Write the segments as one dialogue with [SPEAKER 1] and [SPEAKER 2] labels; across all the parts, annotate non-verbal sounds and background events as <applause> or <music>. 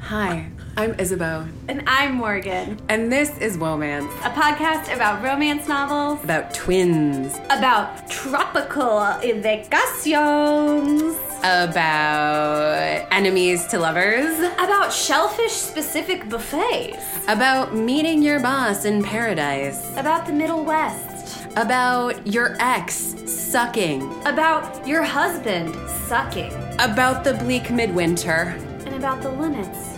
[SPEAKER 1] Hi, I'm Isabeau,
[SPEAKER 2] And I'm Morgan,
[SPEAKER 1] and this is Womance
[SPEAKER 2] a podcast about romance novels,
[SPEAKER 1] about twins,
[SPEAKER 2] about tropical vacations,
[SPEAKER 1] about enemies to lovers,
[SPEAKER 2] about shellfish specific buffets,
[SPEAKER 1] about meeting your boss in paradise,
[SPEAKER 2] about the Middle West,
[SPEAKER 1] about your ex sucking,
[SPEAKER 2] about your husband sucking,
[SPEAKER 1] about the bleak midwinter,
[SPEAKER 2] and about the limits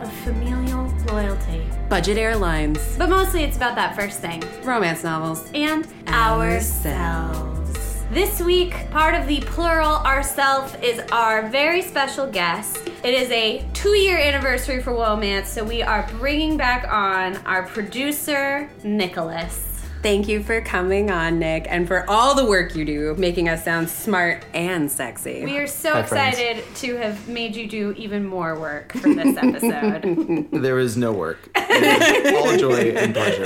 [SPEAKER 2] of familial loyalty.
[SPEAKER 1] budget airlines,
[SPEAKER 2] But mostly it's about that first thing
[SPEAKER 1] romance novels.
[SPEAKER 2] and
[SPEAKER 1] Ourselves.
[SPEAKER 2] ourselves. This week, part of the plural ourself is our very special guest. It is a two year anniversary for Womance, so we are bringing back on our producer, Nicholas.
[SPEAKER 1] Thank you for coming on, Nick, and for all the work you do making us sound smart and sexy.
[SPEAKER 2] We are so
[SPEAKER 3] Hi, friends.
[SPEAKER 2] excited to have made you do even more work for this episode.
[SPEAKER 3] There is no work. It is
[SPEAKER 1] <laughs>
[SPEAKER 3] all joy and pleasure.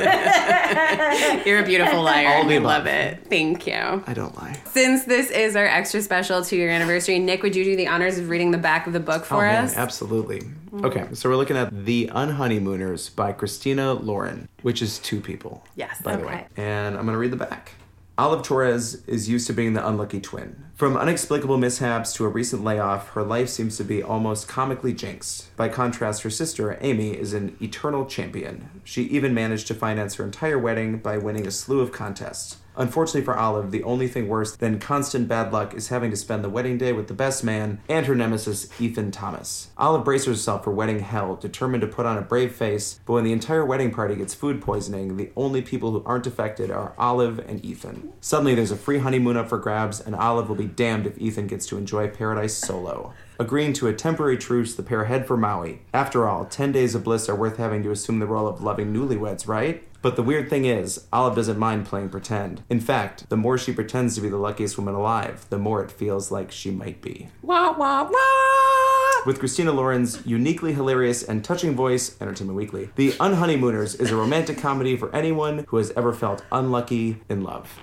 [SPEAKER 1] You're a <laughs> beautiful liar.
[SPEAKER 3] All the
[SPEAKER 1] I
[SPEAKER 3] above.
[SPEAKER 1] love it. Thank you.
[SPEAKER 3] I don't lie.
[SPEAKER 1] Since this is our extra special two year anniversary, Nick, would you do the honors of reading the back of the book for
[SPEAKER 3] Oh, man,
[SPEAKER 1] us? Mm.
[SPEAKER 3] absolutely. Okay, so we're looking at The Unhoneymooners by Christina Lauren, which is two people.
[SPEAKER 1] Yes.
[SPEAKER 3] By the
[SPEAKER 2] Okay.
[SPEAKER 3] way. And I'm going to read the back. Olive Torres is used to being the unlucky twin. From unexplicable mishaps to a recent layoff, her life seems to be almost comically jinxed. By contrast, her sister, Amy, is an eternal champion. She even managed to finance her entire wedding by winning a slew of contests. Unfortunately for Olive, the only thing worse than constant bad luck is having to spend the wedding day with the best man and her nemesis, Ethan Thomas. Olive braces herself for wedding hell, determined to put on a brave face, but when the entire wedding party gets food poisoning, the only people who aren't affected are Olive and Ethan. Suddenly, there's a free honeymoon up for grabs, and Olive will be damned if Ethan gets to enjoy paradise solo. Agreeing to a temporary truce, the pair head for Maui. After all, 10 days of bliss are worth having to assume the role of loving newlyweds, right? But the weird thing is, Olive doesn't mind playing pretend. In fact, the more she pretends to be the luckiest woman alive, the more it feels like she might be.
[SPEAKER 1] Wah, wah, wah!
[SPEAKER 3] With Christina Lauren's uniquely hilarious and touching voice, Entertainment Weekly, The Unhoneymooners is a romantic comedy for anyone who has ever felt unlucky in love.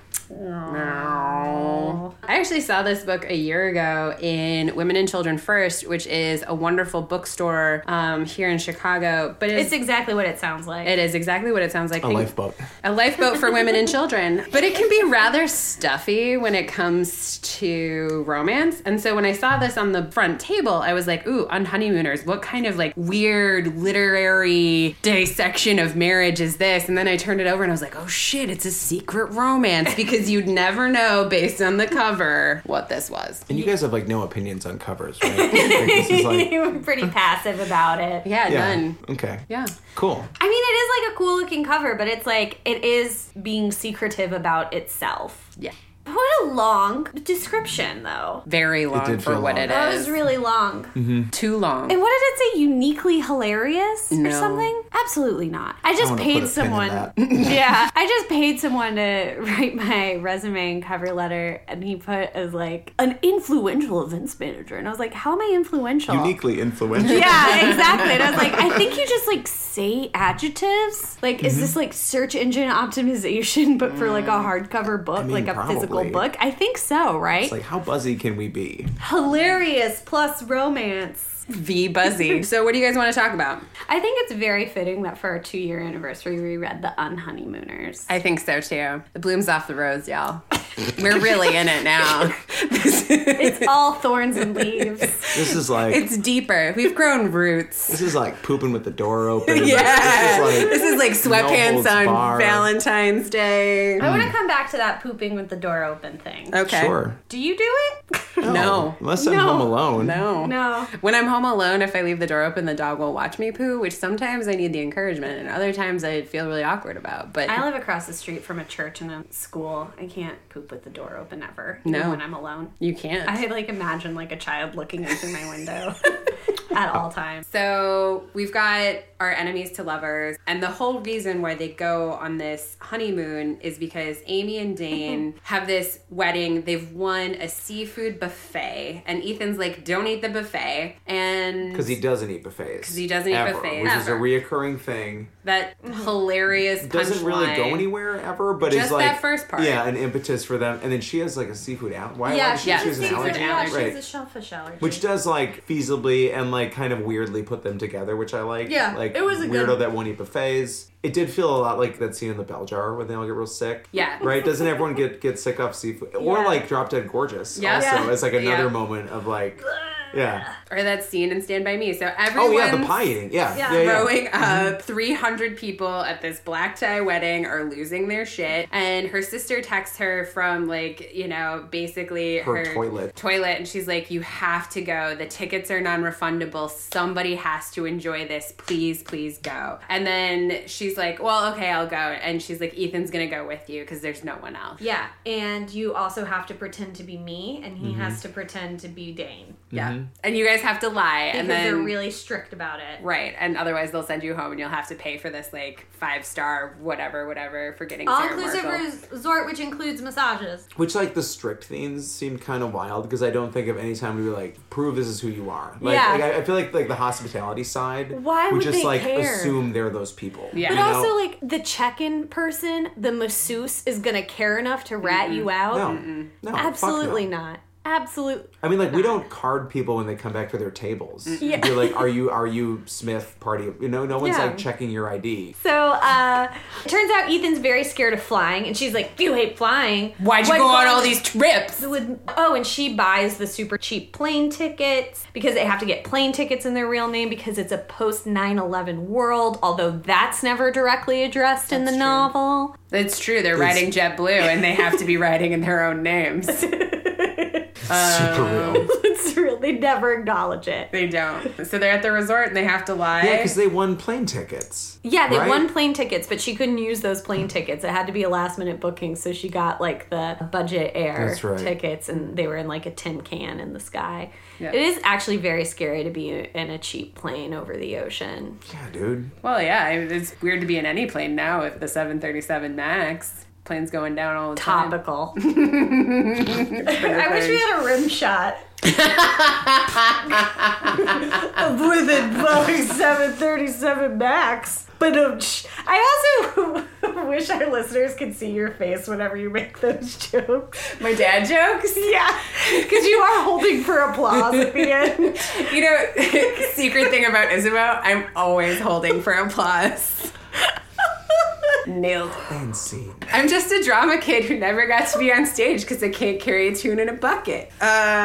[SPEAKER 1] I actually saw this book a year ago in Women and Children First, which is a wonderful bookstore um, here in Chicago. But it's,
[SPEAKER 2] It's exactly what it sounds like.
[SPEAKER 1] it is exactly what it sounds like.
[SPEAKER 3] A lifeboat.
[SPEAKER 1] a lifeboat for women and children. But it can be rather stuffy when it comes to romance. And so when I saw this on the front table, I was like, ooh, on honeymooners, what kind of like weird literary dissection of marriage is this? And then I turned it over and I was like, oh shit, it's a secret romance because you'd never know based on the cover what this was.
[SPEAKER 3] And you guys have like no opinions on covers, right? Like,
[SPEAKER 2] <laughs>
[SPEAKER 3] this is like,
[SPEAKER 2] you were pretty passive about it.
[SPEAKER 1] Yeah,
[SPEAKER 3] yeah.
[SPEAKER 1] none.
[SPEAKER 3] Okay.
[SPEAKER 1] Yeah.
[SPEAKER 3] Cool.
[SPEAKER 2] I mean, it is like a cool looking cover, but it's like it is being secretive about itself.
[SPEAKER 1] Yeah.
[SPEAKER 2] What a long description, though.
[SPEAKER 1] Very long
[SPEAKER 3] did
[SPEAKER 1] for
[SPEAKER 3] feel
[SPEAKER 1] what
[SPEAKER 3] long.
[SPEAKER 1] it
[SPEAKER 2] That
[SPEAKER 1] is.
[SPEAKER 2] was really long.
[SPEAKER 3] Mm-hmm.
[SPEAKER 1] Too long.
[SPEAKER 2] And what did it say? Uniquely hilarious
[SPEAKER 1] No.
[SPEAKER 2] or something? Absolutely not. I
[SPEAKER 3] I
[SPEAKER 2] just
[SPEAKER 3] wanna
[SPEAKER 2] paid
[SPEAKER 3] put a pin in
[SPEAKER 2] someone.
[SPEAKER 3] that.
[SPEAKER 2] <laughs> yeah, I just paid someone to <laughs> write my resume and cover letter, and he put as like an influential events manager, and I was like, how am I influential?
[SPEAKER 3] <laughs> Uniquely influential.
[SPEAKER 2] Yeah, exactly. And I was like, I think you just like say adjectives. Like,
[SPEAKER 3] Mm-hmm.
[SPEAKER 2] is this like search engine optimization, but for like a hardcover book,
[SPEAKER 3] Mm. mean,
[SPEAKER 2] like a physical
[SPEAKER 3] probably.
[SPEAKER 2] book? I think so, right?
[SPEAKER 3] It's like, how buzzy can we be?
[SPEAKER 2] Hilarious plus romance.
[SPEAKER 1] V buzzy. so what do you guys want to talk about?
[SPEAKER 2] I think it's very fitting that for our two year anniversary, we read The
[SPEAKER 1] <laughs>
[SPEAKER 2] Unhoneymooners.
[SPEAKER 1] I think so too. The bloom's off the rose, y'all. <laughs> We're really in it now. This is,
[SPEAKER 2] It's all
[SPEAKER 1] <laughs>
[SPEAKER 2] thorns and leaves.
[SPEAKER 3] This is like
[SPEAKER 1] it's deeper. We've grown roots.
[SPEAKER 3] this is like pooping with the door
[SPEAKER 1] <laughs>
[SPEAKER 3] open.
[SPEAKER 1] Yeah.
[SPEAKER 3] This is like
[SPEAKER 1] This is like sweatpants
[SPEAKER 3] holds
[SPEAKER 1] on
[SPEAKER 3] barred.
[SPEAKER 1] Valentine's Day.
[SPEAKER 2] I want to come back to that pooping with the door open thing.
[SPEAKER 1] Okay.
[SPEAKER 3] sure.
[SPEAKER 2] Do you do it? <laughs>
[SPEAKER 1] No.
[SPEAKER 3] Unless I'm
[SPEAKER 2] No.
[SPEAKER 3] home alone.
[SPEAKER 1] No.
[SPEAKER 2] no.
[SPEAKER 1] When I'm home alone, if I leave the door open, the dog will watch me poo, which sometimes I need the encouragement and other times I feel really awkward about. But
[SPEAKER 2] I live across the street from a church and a school. I can't poop with the door open ever.
[SPEAKER 1] No.
[SPEAKER 2] Even when I'm alone.
[SPEAKER 1] you can't.
[SPEAKER 2] I like imagine like a child looking in through my
[SPEAKER 1] <laughs>
[SPEAKER 2] window at all times.
[SPEAKER 1] So we've got our enemies to lovers, and the whole reason why they go on this honeymoon is because Amy and Dane have this wedding. They've won a seafood buffet buffet, and Ethan's like, "Don't eat the buffet," and
[SPEAKER 3] Because he doesn't eat buffets. Because
[SPEAKER 1] he doesn't eat buffets.
[SPEAKER 3] Which is a
[SPEAKER 1] Ever.
[SPEAKER 3] reoccurring thing.
[SPEAKER 1] that hilarious
[SPEAKER 3] Doesn't really go
[SPEAKER 1] punchline.
[SPEAKER 3] anywhere ever, but
[SPEAKER 1] Just
[SPEAKER 3] it's like.
[SPEAKER 1] that first part.
[SPEAKER 3] Yeah, an impetus for them. And then she has like a seafood out. Why? why
[SPEAKER 4] yeah,
[SPEAKER 3] does
[SPEAKER 4] she's
[SPEAKER 3] she,
[SPEAKER 1] yeah,
[SPEAKER 3] she has an
[SPEAKER 1] seafood
[SPEAKER 3] allergy.
[SPEAKER 4] yeah, she
[SPEAKER 1] allergy.
[SPEAKER 4] has
[SPEAKER 3] Right.
[SPEAKER 4] a shellfish allergy.
[SPEAKER 3] Which does like feasibly and like kind of weirdly put them together, which I like.
[SPEAKER 4] Yeah,
[SPEAKER 3] like
[SPEAKER 4] it was a
[SPEAKER 3] weirdo
[SPEAKER 4] good-
[SPEAKER 3] that won't eat buffets. It did feel a lot like that scene in the Bell Jar when they all get real sick.
[SPEAKER 1] Yeah.
[SPEAKER 3] right. Doesn't everyone get get sick off seafood or
[SPEAKER 4] Yeah.
[SPEAKER 3] like Drop Dead Gorgeous?
[SPEAKER 1] Yeah.
[SPEAKER 3] Also,
[SPEAKER 1] Yeah.
[SPEAKER 3] it's like another
[SPEAKER 1] Yeah.
[SPEAKER 3] moment of like, yeah.
[SPEAKER 1] or that scene in Stand by Me. So
[SPEAKER 3] Oh
[SPEAKER 1] everyone's
[SPEAKER 3] yeah, the pie eating. Yeah,
[SPEAKER 4] Yeah.
[SPEAKER 3] yeah, yeah. Mm-hmm.
[SPEAKER 1] Growing up, 300 people at this black tie wedding are losing their shit. And her sister texts her from, like, you know, basically
[SPEAKER 3] Her toilet.
[SPEAKER 1] Toilet. And she's like, You have to go. The tickets are non refundable. Somebody has to enjoy this. Please, please go. And then she's like, Well, okay, I'll go. And she's like, Ethan's going to go with you because there's no one else.
[SPEAKER 4] Yeah, and you also have to pretend to be me, and he
[SPEAKER 1] Mm-hmm.
[SPEAKER 4] has to pretend to be Dane.
[SPEAKER 3] Mm-hmm.
[SPEAKER 1] Yeah. And you guys have to lie.
[SPEAKER 4] Because
[SPEAKER 1] and then.
[SPEAKER 4] they're really strict about it.
[SPEAKER 1] Right, and otherwise they'll send you home, and you'll have to pay for this like five star whatever, whatever for getting
[SPEAKER 4] All
[SPEAKER 1] Sarah
[SPEAKER 4] inclusive
[SPEAKER 1] Marshall.
[SPEAKER 4] resort, which includes massages.
[SPEAKER 3] Which like the strict themes seemed kind of wild because I don't think of any time we were like prove this is who you are. Like,
[SPEAKER 4] Yeah.
[SPEAKER 3] like I, I feel like like the hospitality side.
[SPEAKER 4] Why
[SPEAKER 3] we
[SPEAKER 4] would
[SPEAKER 3] just
[SPEAKER 4] they
[SPEAKER 3] like
[SPEAKER 4] care?
[SPEAKER 3] assume they're those people.
[SPEAKER 1] Yeah.
[SPEAKER 4] But
[SPEAKER 1] You
[SPEAKER 4] also, like, the check in person, the masseuse, is going to care enough to rat you out.
[SPEAKER 3] no, no, fuck no.
[SPEAKER 4] Absolutely not. Absolutely.
[SPEAKER 3] I mean, like we don't card people when they come back to their tables.
[SPEAKER 4] Yeah.
[SPEAKER 3] You're like, are you are you Smith party? You know, no one's
[SPEAKER 4] Yeah.
[SPEAKER 3] like checking your ID.
[SPEAKER 4] So, uh, it turns out Ethan's very scared of flying, and she's like, You hate flying.
[SPEAKER 1] Why'd you
[SPEAKER 4] What
[SPEAKER 1] go on
[SPEAKER 4] fun-
[SPEAKER 1] all these trips?
[SPEAKER 4] with oh and she buys the super cheap plane tickets because they have to get plane tickets in their real name because it's a post 9-11 world although that's never directly addressed in the
[SPEAKER 1] That's true.
[SPEAKER 4] novel <laughs>
[SPEAKER 1] It's true, they're riding JetBlue, and they have to be riding in their own names. Uh, <laughs>
[SPEAKER 3] Super real.
[SPEAKER 4] it's real they never acknowledge it
[SPEAKER 1] They don't, so they're at the resort and they have to lie.
[SPEAKER 3] Yeah, because they won plane tickets.
[SPEAKER 4] yeah they
[SPEAKER 3] Right?
[SPEAKER 4] won plane tickets but she couldn't use those plane tickets it had to be a last minute booking so she got like the budget air
[SPEAKER 3] That's right.
[SPEAKER 4] tickets and they were in like a tin can in the sky
[SPEAKER 1] Yeah.
[SPEAKER 4] it is actually very scary to be in a cheap plane over the ocean
[SPEAKER 3] Yeah, dude.
[SPEAKER 1] well, yeah, I- it's weird to be in any plane now if the 737 Max plane's going down all the time.
[SPEAKER 4] topical. <laughs> I wish we had a rim shot. With a Boeing 737 Max. But um, sh- I also <laughs> wish our listeners could see your face whenever you make those jokes.
[SPEAKER 1] My dad jokes.
[SPEAKER 4] <laughs> Yeah, because you are holding for applause
[SPEAKER 1] <laughs>
[SPEAKER 4] at the end.
[SPEAKER 1] You know, <laughs> secret thing about Isabeau, I'm always holding for applause. Nailed. it.
[SPEAKER 3] And scene.
[SPEAKER 1] I'm just a drama kid who never got to be on stage because I can't carry a tune in a bucket.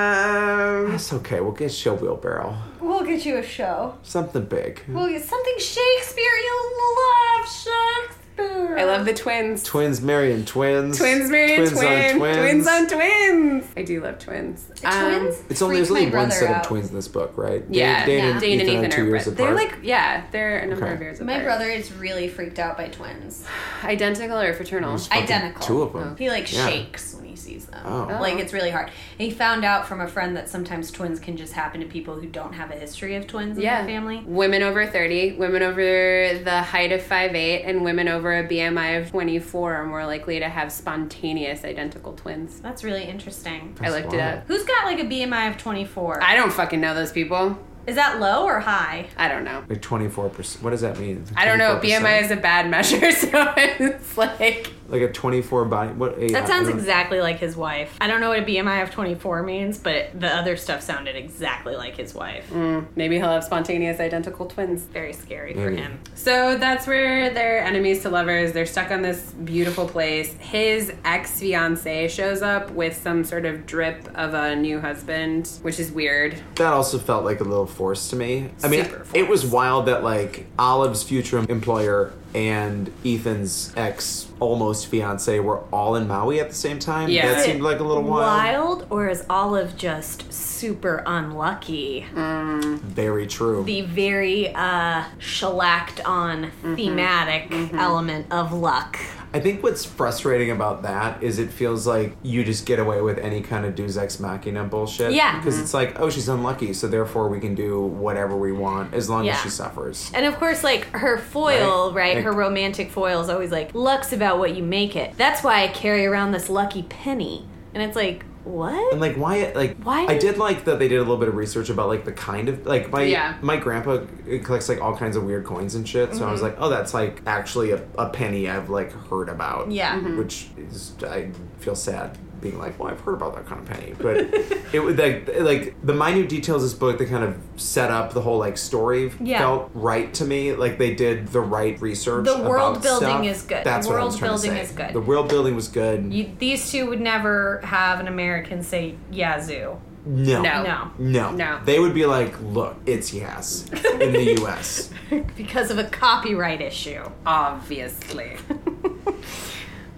[SPEAKER 1] Um,
[SPEAKER 3] That's okay. We'll get show wheelbarrow.
[SPEAKER 4] We'll get you a show.
[SPEAKER 3] Something big.
[SPEAKER 4] We'll get something Shakespeare. You love Shakespeare.
[SPEAKER 1] I love the twins.
[SPEAKER 3] Twins marrying twins.
[SPEAKER 1] Twins marrying twins.
[SPEAKER 3] on twins.
[SPEAKER 1] Twins on twins. I do love twins. Um,
[SPEAKER 3] It's only there's only one set of twins in this book, right?
[SPEAKER 1] Yeah,
[SPEAKER 3] Dane,
[SPEAKER 1] yeah.
[SPEAKER 3] and,
[SPEAKER 1] Dane
[SPEAKER 3] Ethan are two
[SPEAKER 1] bro-
[SPEAKER 3] years
[SPEAKER 1] They're
[SPEAKER 3] apart.
[SPEAKER 1] like, yeah, they're a number
[SPEAKER 3] Okay.
[SPEAKER 1] of years apart.
[SPEAKER 5] My brother is really freaked out by twins.
[SPEAKER 1] Identical or fraternal?
[SPEAKER 3] Fucking
[SPEAKER 5] Identical.
[SPEAKER 3] Two of them.
[SPEAKER 5] He like
[SPEAKER 3] Yeah.
[SPEAKER 5] shakes when he sees them.
[SPEAKER 3] Oh.
[SPEAKER 5] Like it's really hard. And he found out from a friend that sometimes twins can just happen to people who don't have a history of twins in
[SPEAKER 1] yeah.
[SPEAKER 5] their family.
[SPEAKER 1] Women over 30, women over the height of 5'8, and women over a BMI of 24 are more likely to have spontaneous identical twins.
[SPEAKER 5] That's really interesting.
[SPEAKER 1] I looked it
[SPEAKER 3] wild.
[SPEAKER 1] up.
[SPEAKER 5] Who's got like a BMI of 24?
[SPEAKER 1] I don't fucking know those people.
[SPEAKER 5] Is that low or high?
[SPEAKER 1] I don't know.
[SPEAKER 3] Like twenty four percent. What does that mean?
[SPEAKER 1] I don't know.
[SPEAKER 3] 24%?
[SPEAKER 1] BMI is a bad measure, <laughs> so it's like.
[SPEAKER 3] like a twenty four body. What? yeah, I
[SPEAKER 4] That sounds
[SPEAKER 3] don't-
[SPEAKER 4] exactly like his wife. I don't know what a BMI of 24 means, but the other stuff sounded exactly like his wife.
[SPEAKER 3] Mm.
[SPEAKER 1] Maybe he'll have spontaneous identical twins.
[SPEAKER 4] Very scary for
[SPEAKER 3] Maybe.
[SPEAKER 4] him.
[SPEAKER 1] So that's where they're enemies to lovers. They're stuck on this beautiful place. His ex fiance shows up with some sort of drip of a new husband, which is weird.
[SPEAKER 3] That also felt like a little forced to me. I mean,
[SPEAKER 1] Super
[SPEAKER 3] it was wild that like Olive's future employer and Ethan's ex almost fiance were all in Maui at the same time.
[SPEAKER 1] Yeah.
[SPEAKER 3] that seemed like a little wild.
[SPEAKER 4] Wild, or is Olive just super unlucky?
[SPEAKER 3] Mm. Very true.
[SPEAKER 4] The very uh, shellacked on
[SPEAKER 3] Mm-hmm.
[SPEAKER 4] thematic element of luck.
[SPEAKER 3] I think what's frustrating about that is it feels like you just get away with any kind of Deus Ex Machina bullshit.
[SPEAKER 4] Yeah. Mm-hmm.
[SPEAKER 3] Because it's like, oh, she's unlucky, so therefore we can do whatever we want as long
[SPEAKER 4] Yeah.
[SPEAKER 3] as she suffers.
[SPEAKER 4] And of course, like her foil,
[SPEAKER 3] Right.
[SPEAKER 4] right?
[SPEAKER 3] Like-
[SPEAKER 4] her romantic foil is always like, luck's about what you make it. That's why I carry around this lucky penny. And it's like,
[SPEAKER 6] what?
[SPEAKER 3] And like why like
[SPEAKER 6] Why
[SPEAKER 3] I
[SPEAKER 6] did-
[SPEAKER 3] did like that they did a little bit of research about like the kind of like my
[SPEAKER 1] Yeah.
[SPEAKER 3] my grandpa uh, collects like all kinds of weird coins and shit. So I
[SPEAKER 4] Mm-hmm.
[SPEAKER 3] was like, oh, that's like actually a, a penny I've like heard about.
[SPEAKER 4] Yeah.
[SPEAKER 3] which is I feel sad being like, well, I've heard about that kind of penny, but <laughs> it would like like the minute details of this book that kind of set up the whole like story
[SPEAKER 4] Yeah.
[SPEAKER 3] felt right to me. Like they did the right research.
[SPEAKER 4] The world
[SPEAKER 3] about
[SPEAKER 4] building
[SPEAKER 3] stuff.
[SPEAKER 4] is good.
[SPEAKER 3] That's
[SPEAKER 4] The
[SPEAKER 3] what I
[SPEAKER 4] world
[SPEAKER 3] was trying to
[SPEAKER 4] building
[SPEAKER 3] say.
[SPEAKER 4] is good.
[SPEAKER 3] The world building was good.
[SPEAKER 4] You, these two would never have an American say Yazoo.
[SPEAKER 1] No.
[SPEAKER 4] No.
[SPEAKER 3] No.
[SPEAKER 1] No.
[SPEAKER 3] They would be like, look, it's yes
[SPEAKER 1] <laughs>
[SPEAKER 3] in the US.
[SPEAKER 4] Because of a copyright issue.
[SPEAKER 1] Obviously.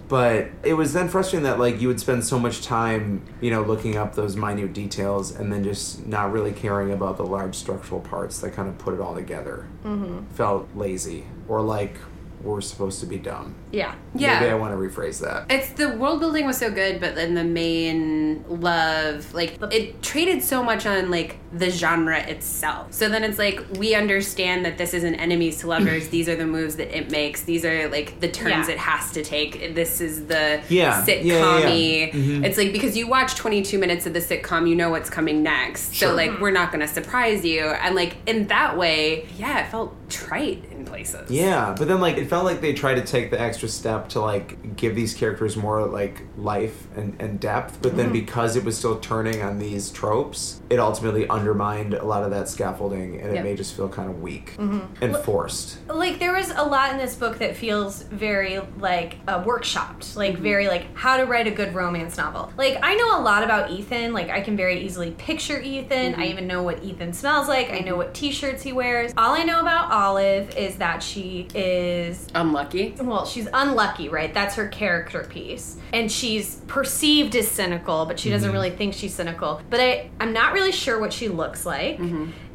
[SPEAKER 3] But it was then frustrating that like you would spend so much time, you know, looking up those minute details and then just not really caring about the large structural parts that kind of put it all together. Mm-hmm. Felt lazy or like we're supposed to be dumb.
[SPEAKER 4] Yeah.
[SPEAKER 1] Yeah.
[SPEAKER 3] Maybe I want to rephrase that.
[SPEAKER 1] It's the world building was so good, but then the main love, like it traded so much on like the genre itself. So then it's like we understand that this isn't enemies to
[SPEAKER 3] <laughs>
[SPEAKER 1] lovers. These are the moves that it makes. These are like the turns
[SPEAKER 4] Yeah.
[SPEAKER 1] it has to take. This is the
[SPEAKER 3] Yeah. Mm-hmm.
[SPEAKER 1] sitcom.
[SPEAKER 3] Yeah, yeah, yeah.
[SPEAKER 1] It's like because you watch 22 minutes of the sitcom, you know what's coming next.
[SPEAKER 3] Sure. Mm-hmm.
[SPEAKER 1] So like we're not going to surprise you. And like in that way, yeah, it felt trite in places.
[SPEAKER 3] Yeah, but then like it felt like they tried to take the extra step to like give these characters more like life and, and depth, but
[SPEAKER 1] Mm-hmm.
[SPEAKER 3] then because it was still turning on these tropes, it ultimately undermined a lot of that scaffolding and it
[SPEAKER 1] Yep.
[SPEAKER 3] made us feel kind of weak
[SPEAKER 1] Mm-hmm.
[SPEAKER 3] and forced.
[SPEAKER 4] Like, there was a lot in this book that feels very, like, uh, workshopped. Like, very, like, how to write a good romance novel. Like, I know a lot about Ethan. Like, I can very easily picture Ethan. I even know what Ethan smells like. I know what t shirts he wears. All I know about Olive is that she is
[SPEAKER 1] Unlucky.
[SPEAKER 4] well, she's unlucky, right? That's her character piece. And she's perceived as cynical, but she
[SPEAKER 3] Mm-hmm.
[SPEAKER 4] doesn't really think she's cynical. But I, I'm not really sure what she looks like,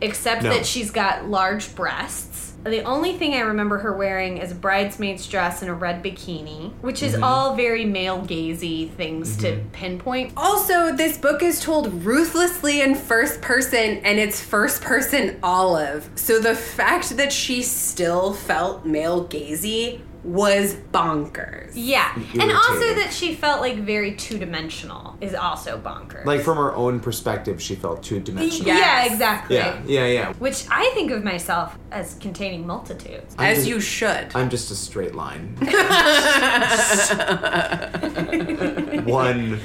[SPEAKER 4] except
[SPEAKER 3] Mm-hmm. No.
[SPEAKER 4] that she's got large breasts. The only thing I remember her wearing is a bridesmaid's dress and a red bikini, which is
[SPEAKER 3] Mm-hmm.
[SPEAKER 4] all very male gazy things to pinpoint.
[SPEAKER 1] Also, this book is told ruthlessly in first person, and it's first person Olive. So the fact that she still felt male gazy was bonkers.
[SPEAKER 4] Yeah. And also
[SPEAKER 3] Irritating.
[SPEAKER 4] that she felt like very two dimensional is also bonkers.
[SPEAKER 3] Like from her own perspective, she felt two dimensional.
[SPEAKER 1] Yes.
[SPEAKER 4] Yeah, exactly.
[SPEAKER 3] Yeah, yeah, yeah.
[SPEAKER 4] Which I think of myself as containing multitudes.
[SPEAKER 3] I'm
[SPEAKER 1] As
[SPEAKER 3] just-
[SPEAKER 1] you should.
[SPEAKER 3] <laughs> I'm just a straight line. one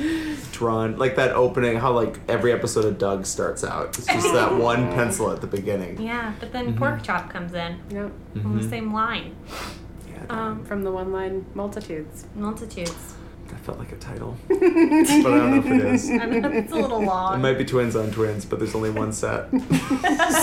[SPEAKER 3] drawn like that opening how like every episode of Doug starts out. It's just that one pencil at the beginning.
[SPEAKER 4] Yeah, but then pork chop comes in
[SPEAKER 1] Yep.
[SPEAKER 4] on the same line.
[SPEAKER 3] Yeah,
[SPEAKER 1] From the one line multitudes.
[SPEAKER 4] Multitudes.
[SPEAKER 3] That felt like a title. <laughs> but I don't know if it is. It
[SPEAKER 4] it's a little long.
[SPEAKER 3] might be twins on twins, but there's only one <laughs> set.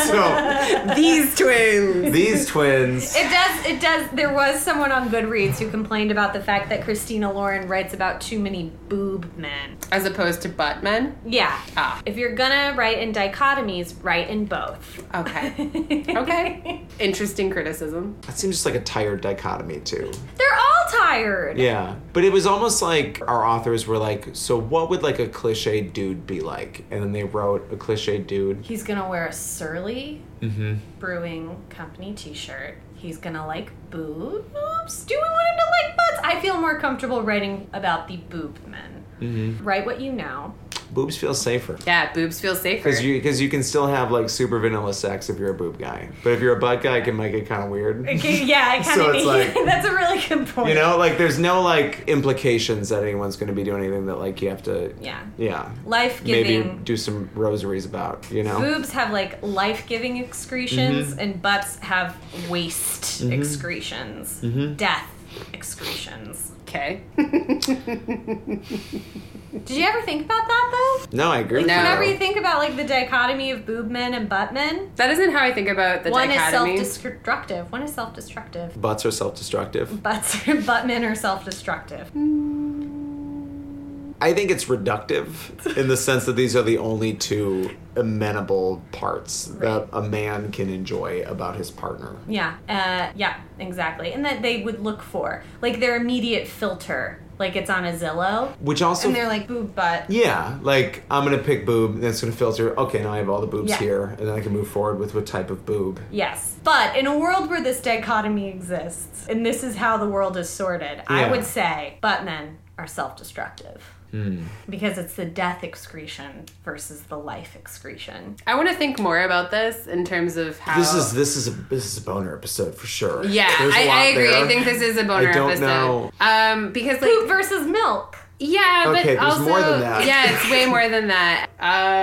[SPEAKER 3] so
[SPEAKER 1] <laughs> These twins.
[SPEAKER 3] these twins
[SPEAKER 4] It does. It does. There was someone on Goodreads who complained about the fact that Christina Lauren writes about too many boob men.
[SPEAKER 1] As opposed to butt men.
[SPEAKER 4] Yeah.
[SPEAKER 1] Ah.
[SPEAKER 4] If you're gonna write in dichotomies, write in both. <laughs>
[SPEAKER 1] Okay.
[SPEAKER 4] okay.
[SPEAKER 1] Okay. Interesting criticism.
[SPEAKER 3] that seems just like a tired dichotomy too.
[SPEAKER 4] They're all tired.
[SPEAKER 3] Yeah. But it was almost like our authors were like, so what would like a cliche dude be like? And then they wrote a cliche dude.
[SPEAKER 4] He's gonna wear a surly
[SPEAKER 3] Mm-hmm.
[SPEAKER 4] brewing company T-shirt. He's gonna like boobs. Do we want him to like butts? I feel more comfortable writing about the boob men.
[SPEAKER 3] Mm-hmm.
[SPEAKER 4] Write what you know.
[SPEAKER 3] <laughs> Boobs feel safer.
[SPEAKER 1] Yeah, boobs feel safer.
[SPEAKER 3] Because you, 'cause you can still have like super vanilla sex if you're a boob guy. But if you're a butt guy, it can make it kind of weird.
[SPEAKER 4] Okay, yeah, I kind
[SPEAKER 3] So
[SPEAKER 4] of
[SPEAKER 3] it's
[SPEAKER 4] need.
[SPEAKER 3] like-
[SPEAKER 4] <laughs> that's a really good point.
[SPEAKER 3] You know, like there's no like implications that anyone's going to be doing anything that like you have to.
[SPEAKER 4] Yeah.
[SPEAKER 3] Yeah.
[SPEAKER 4] Life
[SPEAKER 3] Maybe
[SPEAKER 4] giving.
[SPEAKER 3] do some rosaries about, you know? Mm-hmm.
[SPEAKER 4] Boobs have like life giving excretions, and butts have waste excretions,
[SPEAKER 3] Mm-hmm.
[SPEAKER 4] death excretions.
[SPEAKER 1] Okay.
[SPEAKER 4] Did you ever think about that though?
[SPEAKER 3] No, I agree with
[SPEAKER 1] No.
[SPEAKER 3] you.
[SPEAKER 4] Whenever you think about like the dichotomy of boob men and butt men,
[SPEAKER 1] that isn't how I think about the
[SPEAKER 4] one
[SPEAKER 1] dichotomy.
[SPEAKER 4] is self-destructive one is self-destructive
[SPEAKER 3] Butts are self destructive.
[SPEAKER 4] <laughs> butts butt men are self-destructive
[SPEAKER 3] I think it's reductive in the sense that these are the only two amenable parts that a man can enjoy about his partner.
[SPEAKER 4] yeah uh, yeah exactly and that they would look for like their immediate filter like it's on a zillow
[SPEAKER 3] Which also.
[SPEAKER 4] and they're like boob butt
[SPEAKER 3] Yeah, like I'm gonna pick boob, and it's gonna filter. Okay, now I have all the boobs
[SPEAKER 4] Yeah.
[SPEAKER 3] here, and then I can move forward with what type of boob.
[SPEAKER 4] yes but in a world where this dichotomy exists and this is how the world is sorted i
[SPEAKER 3] Yeah.
[SPEAKER 4] would say butt men are self-destructive
[SPEAKER 1] Hmm.
[SPEAKER 4] because it's the death excretion versus the life excretion.
[SPEAKER 1] I want to think more about this in terms of how.
[SPEAKER 3] This is this is a this is a boner episode for sure.
[SPEAKER 1] Yeah,
[SPEAKER 3] There's a
[SPEAKER 1] I,
[SPEAKER 3] lot
[SPEAKER 1] I agree.
[SPEAKER 3] there.
[SPEAKER 1] I think this is a boner
[SPEAKER 7] I don't
[SPEAKER 1] episode.
[SPEAKER 7] know.
[SPEAKER 1] Um, because like
[SPEAKER 4] Poop versus milk.
[SPEAKER 1] yeah, but
[SPEAKER 3] Okay, there's
[SPEAKER 1] also
[SPEAKER 3] more than that.
[SPEAKER 1] yeah, it's
[SPEAKER 3] <laughs>
[SPEAKER 1] way more than that.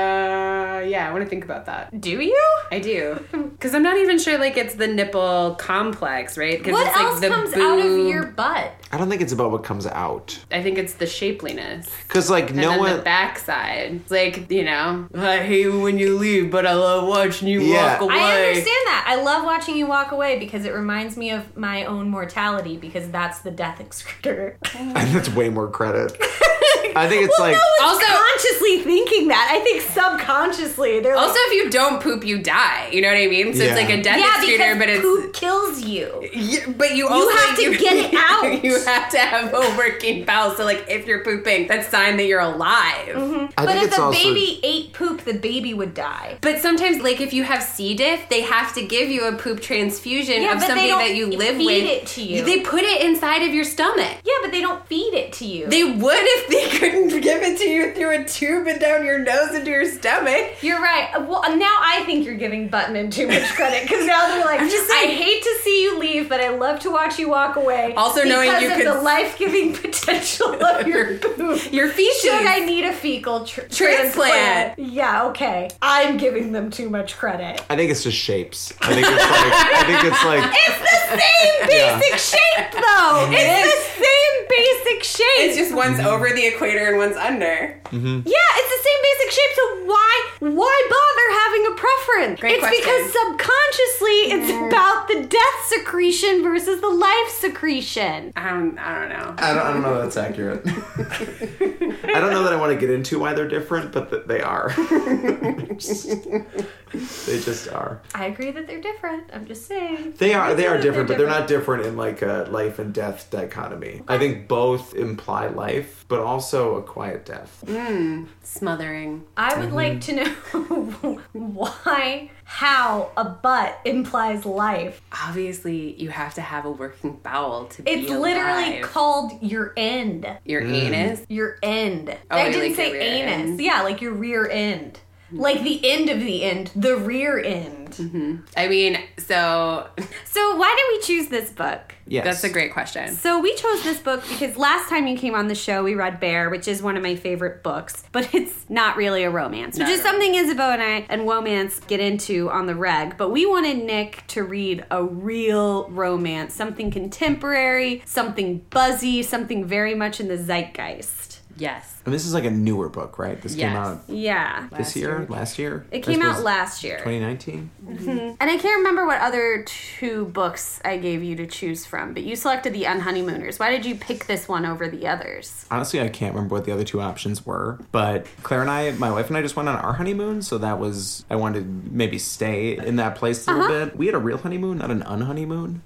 [SPEAKER 1] Uh, yeah, I want to think about that.
[SPEAKER 4] Do you?
[SPEAKER 1] I <laughs> do because I'm not even sure like it's the nipple complex, right? 'Cause
[SPEAKER 4] What
[SPEAKER 1] it's, like,
[SPEAKER 4] else
[SPEAKER 1] the
[SPEAKER 4] comes out of
[SPEAKER 1] boob-
[SPEAKER 4] your butt?
[SPEAKER 3] I don't think it's about what comes out
[SPEAKER 1] I think it's the shapeliness.
[SPEAKER 3] because like
[SPEAKER 1] And
[SPEAKER 3] no
[SPEAKER 1] then
[SPEAKER 3] one.
[SPEAKER 1] the backside, It's like you know, I hate when you leave, but I love watching you
[SPEAKER 3] Yeah.
[SPEAKER 1] walk away.
[SPEAKER 4] I understand that. I love watching you walk away because it reminds me of my own mortality because that's the death <laughs> excretor.
[SPEAKER 3] <laughs> And that's way more
[SPEAKER 4] <laughs>
[SPEAKER 3] credit. I think it's like
[SPEAKER 1] <laughs> Also-
[SPEAKER 4] consciously thinking that. I think subconsciously they're
[SPEAKER 1] Also, if you don't poop, you die. You know what I mean? So
[SPEAKER 3] Yeah.
[SPEAKER 1] it's like a death
[SPEAKER 4] like, yeah,
[SPEAKER 1] excretor,
[SPEAKER 4] because
[SPEAKER 1] but it's
[SPEAKER 4] poop kills you.
[SPEAKER 1] Yeah, but <laughs> you also
[SPEAKER 4] have to get it out.
[SPEAKER 1] You have to have a working bowel. So like, if you're pooping, that's a sign that you're alive.
[SPEAKER 3] I
[SPEAKER 4] But
[SPEAKER 3] think
[SPEAKER 4] if
[SPEAKER 3] it's
[SPEAKER 4] the
[SPEAKER 3] also
[SPEAKER 4] baby ate poop, the baby would die.
[SPEAKER 1] But sometimes, like if you have C. diff, they have to give you a poop transfusion
[SPEAKER 4] Yeah,
[SPEAKER 1] of
[SPEAKER 4] but they
[SPEAKER 1] something
[SPEAKER 4] don't
[SPEAKER 1] that you live
[SPEAKER 4] feed
[SPEAKER 1] with.
[SPEAKER 4] it to you.
[SPEAKER 1] They put it inside of your stomach.
[SPEAKER 4] Yeah, but they don't feed it to you.
[SPEAKER 1] They would if they couldn't give it to you through a tube and down your nose into your stomach.
[SPEAKER 4] You're right. Well, now I think you're giving Buttman too much credit because now they're like,
[SPEAKER 1] I'm just
[SPEAKER 4] I
[SPEAKER 1] saying-
[SPEAKER 4] hate to see you leave, but I love to watch you walk away.
[SPEAKER 1] Also knowing
[SPEAKER 4] because
[SPEAKER 1] you
[SPEAKER 4] of
[SPEAKER 1] could-
[SPEAKER 4] the life-giving <laughs> potential of your poop.
[SPEAKER 1] Your feces.
[SPEAKER 4] Should I need a fecal tr-
[SPEAKER 1] Transplant.
[SPEAKER 4] transplant? Yeah, okay. I'm giving them too much credit.
[SPEAKER 1] <laughs>
[SPEAKER 3] I think it's just shapes. I think it's like I think it's like
[SPEAKER 4] <laughs> It's the same
[SPEAKER 3] Yeah.
[SPEAKER 4] basic shape, though. It's the same basic shape.
[SPEAKER 1] It's just one's over the equator and one's under.
[SPEAKER 4] Yeah, it's the same basic shape. So why why bother having a preference?
[SPEAKER 1] Great
[SPEAKER 4] it's
[SPEAKER 1] question.
[SPEAKER 4] because subconsciously it's about the death secretion versus the life secretion.
[SPEAKER 1] I don't. I don't know.
[SPEAKER 7] I don't, I don't know if that's accurate.
[SPEAKER 3] <laughs> I don't know that I want to get into why they're different, but th- they are. <laughs> they just are.
[SPEAKER 4] I agree that they're different. I'm just saying.
[SPEAKER 3] They are they are
[SPEAKER 4] They're
[SPEAKER 3] different, but they're not different in like a life and death dichotomy. I think both imply life, but also a quiet death.
[SPEAKER 4] Mm,
[SPEAKER 1] Smothering.
[SPEAKER 4] I would like to know <laughs> why how a butt implies life.
[SPEAKER 1] Obviously, you have to have a working bowel to be
[SPEAKER 4] It's literally
[SPEAKER 1] alive.
[SPEAKER 4] called your end.
[SPEAKER 1] your anus.
[SPEAKER 4] Your end.
[SPEAKER 1] Oh,
[SPEAKER 4] I
[SPEAKER 1] you
[SPEAKER 4] didn't
[SPEAKER 1] like
[SPEAKER 4] say
[SPEAKER 1] your rear
[SPEAKER 4] anus.
[SPEAKER 1] end.
[SPEAKER 4] Yeah, like your rear end. Like the end of the end, the rear end.
[SPEAKER 1] I mean, so
[SPEAKER 4] So why did we choose this book?
[SPEAKER 3] Yes.
[SPEAKER 1] that's a great question.
[SPEAKER 4] So we chose this book because last time you came on the show, we read Bear, which is one of my favorite books, but <laughs> it's not really a romance, which
[SPEAKER 1] Not
[SPEAKER 4] is
[SPEAKER 1] a
[SPEAKER 4] something Isabeau and I and romance get into on the reg. But we wanted Nick to read a real romance, something contemporary, something buzzy, something very much in the zeitgeist.
[SPEAKER 1] Yes.
[SPEAKER 3] And this is like a newer book, right? This came
[SPEAKER 1] Yes.
[SPEAKER 3] out
[SPEAKER 4] Yeah.
[SPEAKER 3] this year, last year.
[SPEAKER 4] It came out last year.
[SPEAKER 3] 2019.
[SPEAKER 4] And I can't remember what other two books I gave you to choose from, but you selected The Unhoneymooners. Why did you pick this one over the others?
[SPEAKER 3] Honestly, I can't remember what the other two options were, but Claire and I, my wife and I, just went on our honeymoon, so that was I wanted to maybe stay in that place a little bit. We had a real honeymoon, not an unhoneymoon.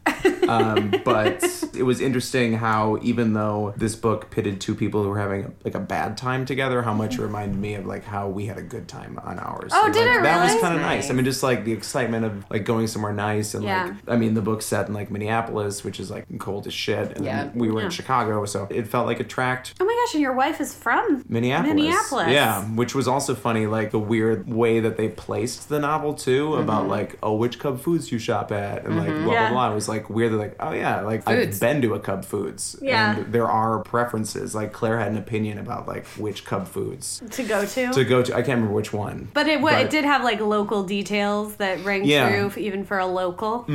[SPEAKER 3] um, but it was interesting how even though this book pitted two people who were having like a bad time together, how much it reminded me of like how we had a good time on ours. Oh,
[SPEAKER 4] did it
[SPEAKER 3] That was
[SPEAKER 4] really?
[SPEAKER 3] kind of nice. I mean, just like the excitement of like going somewhere nice and
[SPEAKER 4] Yeah.
[SPEAKER 3] like I mean, the book's set in like Minneapolis, which is like cold as shit, and
[SPEAKER 1] Yeah.
[SPEAKER 3] we were in Chicago, so it felt like a tract
[SPEAKER 4] Oh my gosh, and your wife is from
[SPEAKER 3] Minneapolis.
[SPEAKER 4] Minneapolis.
[SPEAKER 3] Yeah, which was also funny, like the weird way that they placed the novel too, about like, oh, which Cub Foods you shop at, and like blah
[SPEAKER 4] Mm-hmm. Yeah.
[SPEAKER 3] blah blah. It was like weird. They're like, oh yeah, like
[SPEAKER 1] Foods.
[SPEAKER 3] I've been to a Cub Foods.
[SPEAKER 4] Yeah.
[SPEAKER 3] and there are preferences. Like Claire had an opinion about like which Cub Foods
[SPEAKER 4] to go to.
[SPEAKER 3] to go to. I can't remember which one.
[SPEAKER 4] but it, wa
[SPEAKER 3] But-
[SPEAKER 4] it did have like local details that rang
[SPEAKER 3] Yeah.
[SPEAKER 4] true f- even for a local.